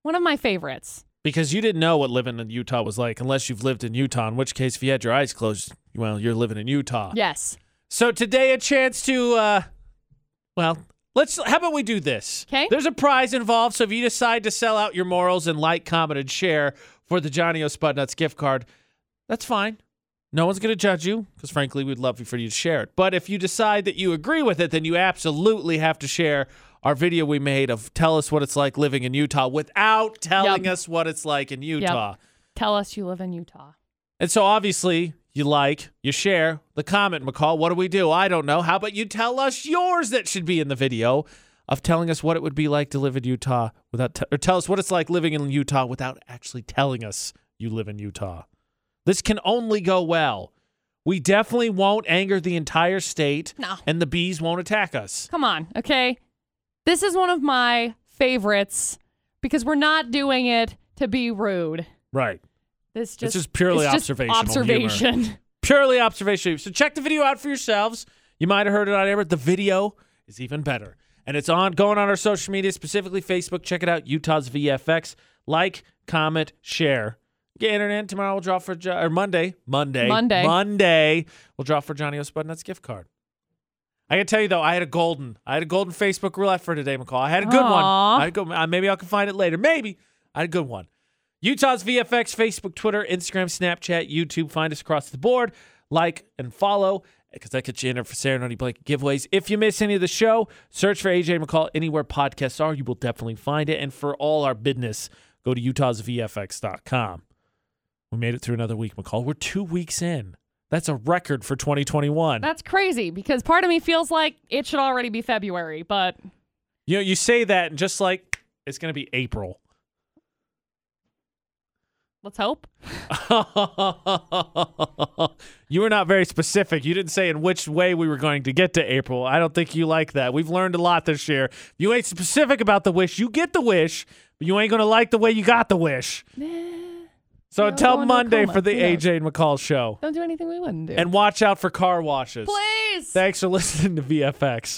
One of my favorites. Because you didn't know what living in Utah was like unless you've lived in Utah, in which case, if you had your eyes closed, well, you're living in Utah. Yes. So today, a chance to, uh, well, let's. How about we do this? 'Kay. There's a prize involved, so if you decide to sell out your morals and like, comment, and share for the Johnny O. Spudnuts gift card, that's fine. No one's going to judge you because, frankly, we'd love for you to share it. But if you decide that you agree with it, then you absolutely have to share our video we made of tell us what it's like living in Utah without telling Yep. us what it's like in Utah. Tell us you live in Utah. And so obviously you like, you share the comment, McCall. What do we do? I don't know. How about you tell us yours that should be in the video of telling us what it would be like to live in Utah without, t- or tell us what it's like living in Utah without actually telling us you live in Utah. This can only go well. We definitely won't anger the entire state, No. and the bees won't attack us. Come on, okay? This is one of my favorites because we're not doing it to be rude. Right. This just is purely it's just observational humor. Observation. Purely observational. So check the video out for yourselves. You might have heard it on air, but the video is even better. And it's on going on our social media, specifically Facebook. Check it out, Utah's VFX. Like, comment, share. Get internet. Tomorrow we'll draw for jo- or Monday. Monday. Monday. Monday. We'll draw for Johnny O'Spudnuts gift card. I can tell you though, I had a golden. I had a golden Facebook roulette for today, McCall. I had a good one. Aw. I had a good, uh, maybe I can find it later. Maybe I had a good one. Utah's VFX, Facebook, Twitter, Instagram, Snapchat, YouTube. Find us across the board. Like and follow because that gets you in there for Serenity Blanket giveaways. If you miss any of the show, search for AJ McCall anywhere podcasts are. You will definitely find it. And for all our business, go to utahsvfx.com. We made it through another week, McCall. We're two weeks in. That's a record for 2021. That's crazy because part of me feels like it should already be February, but You know, you say that and just like it's gonna be April. let's hope. you were not very specific. You didn't say in which way we were going to get to April. I don't think you like that. We've learned a lot this year. If you ain't specific about the wish, you get the wish, but you ain't gonna like the way you got the wish. So until No, go into a Monday coma. for the Who knows? AJ and McCall show. Don't do anything we wouldn't do. And watch out for car washes. please. Thanks for listening to VFX.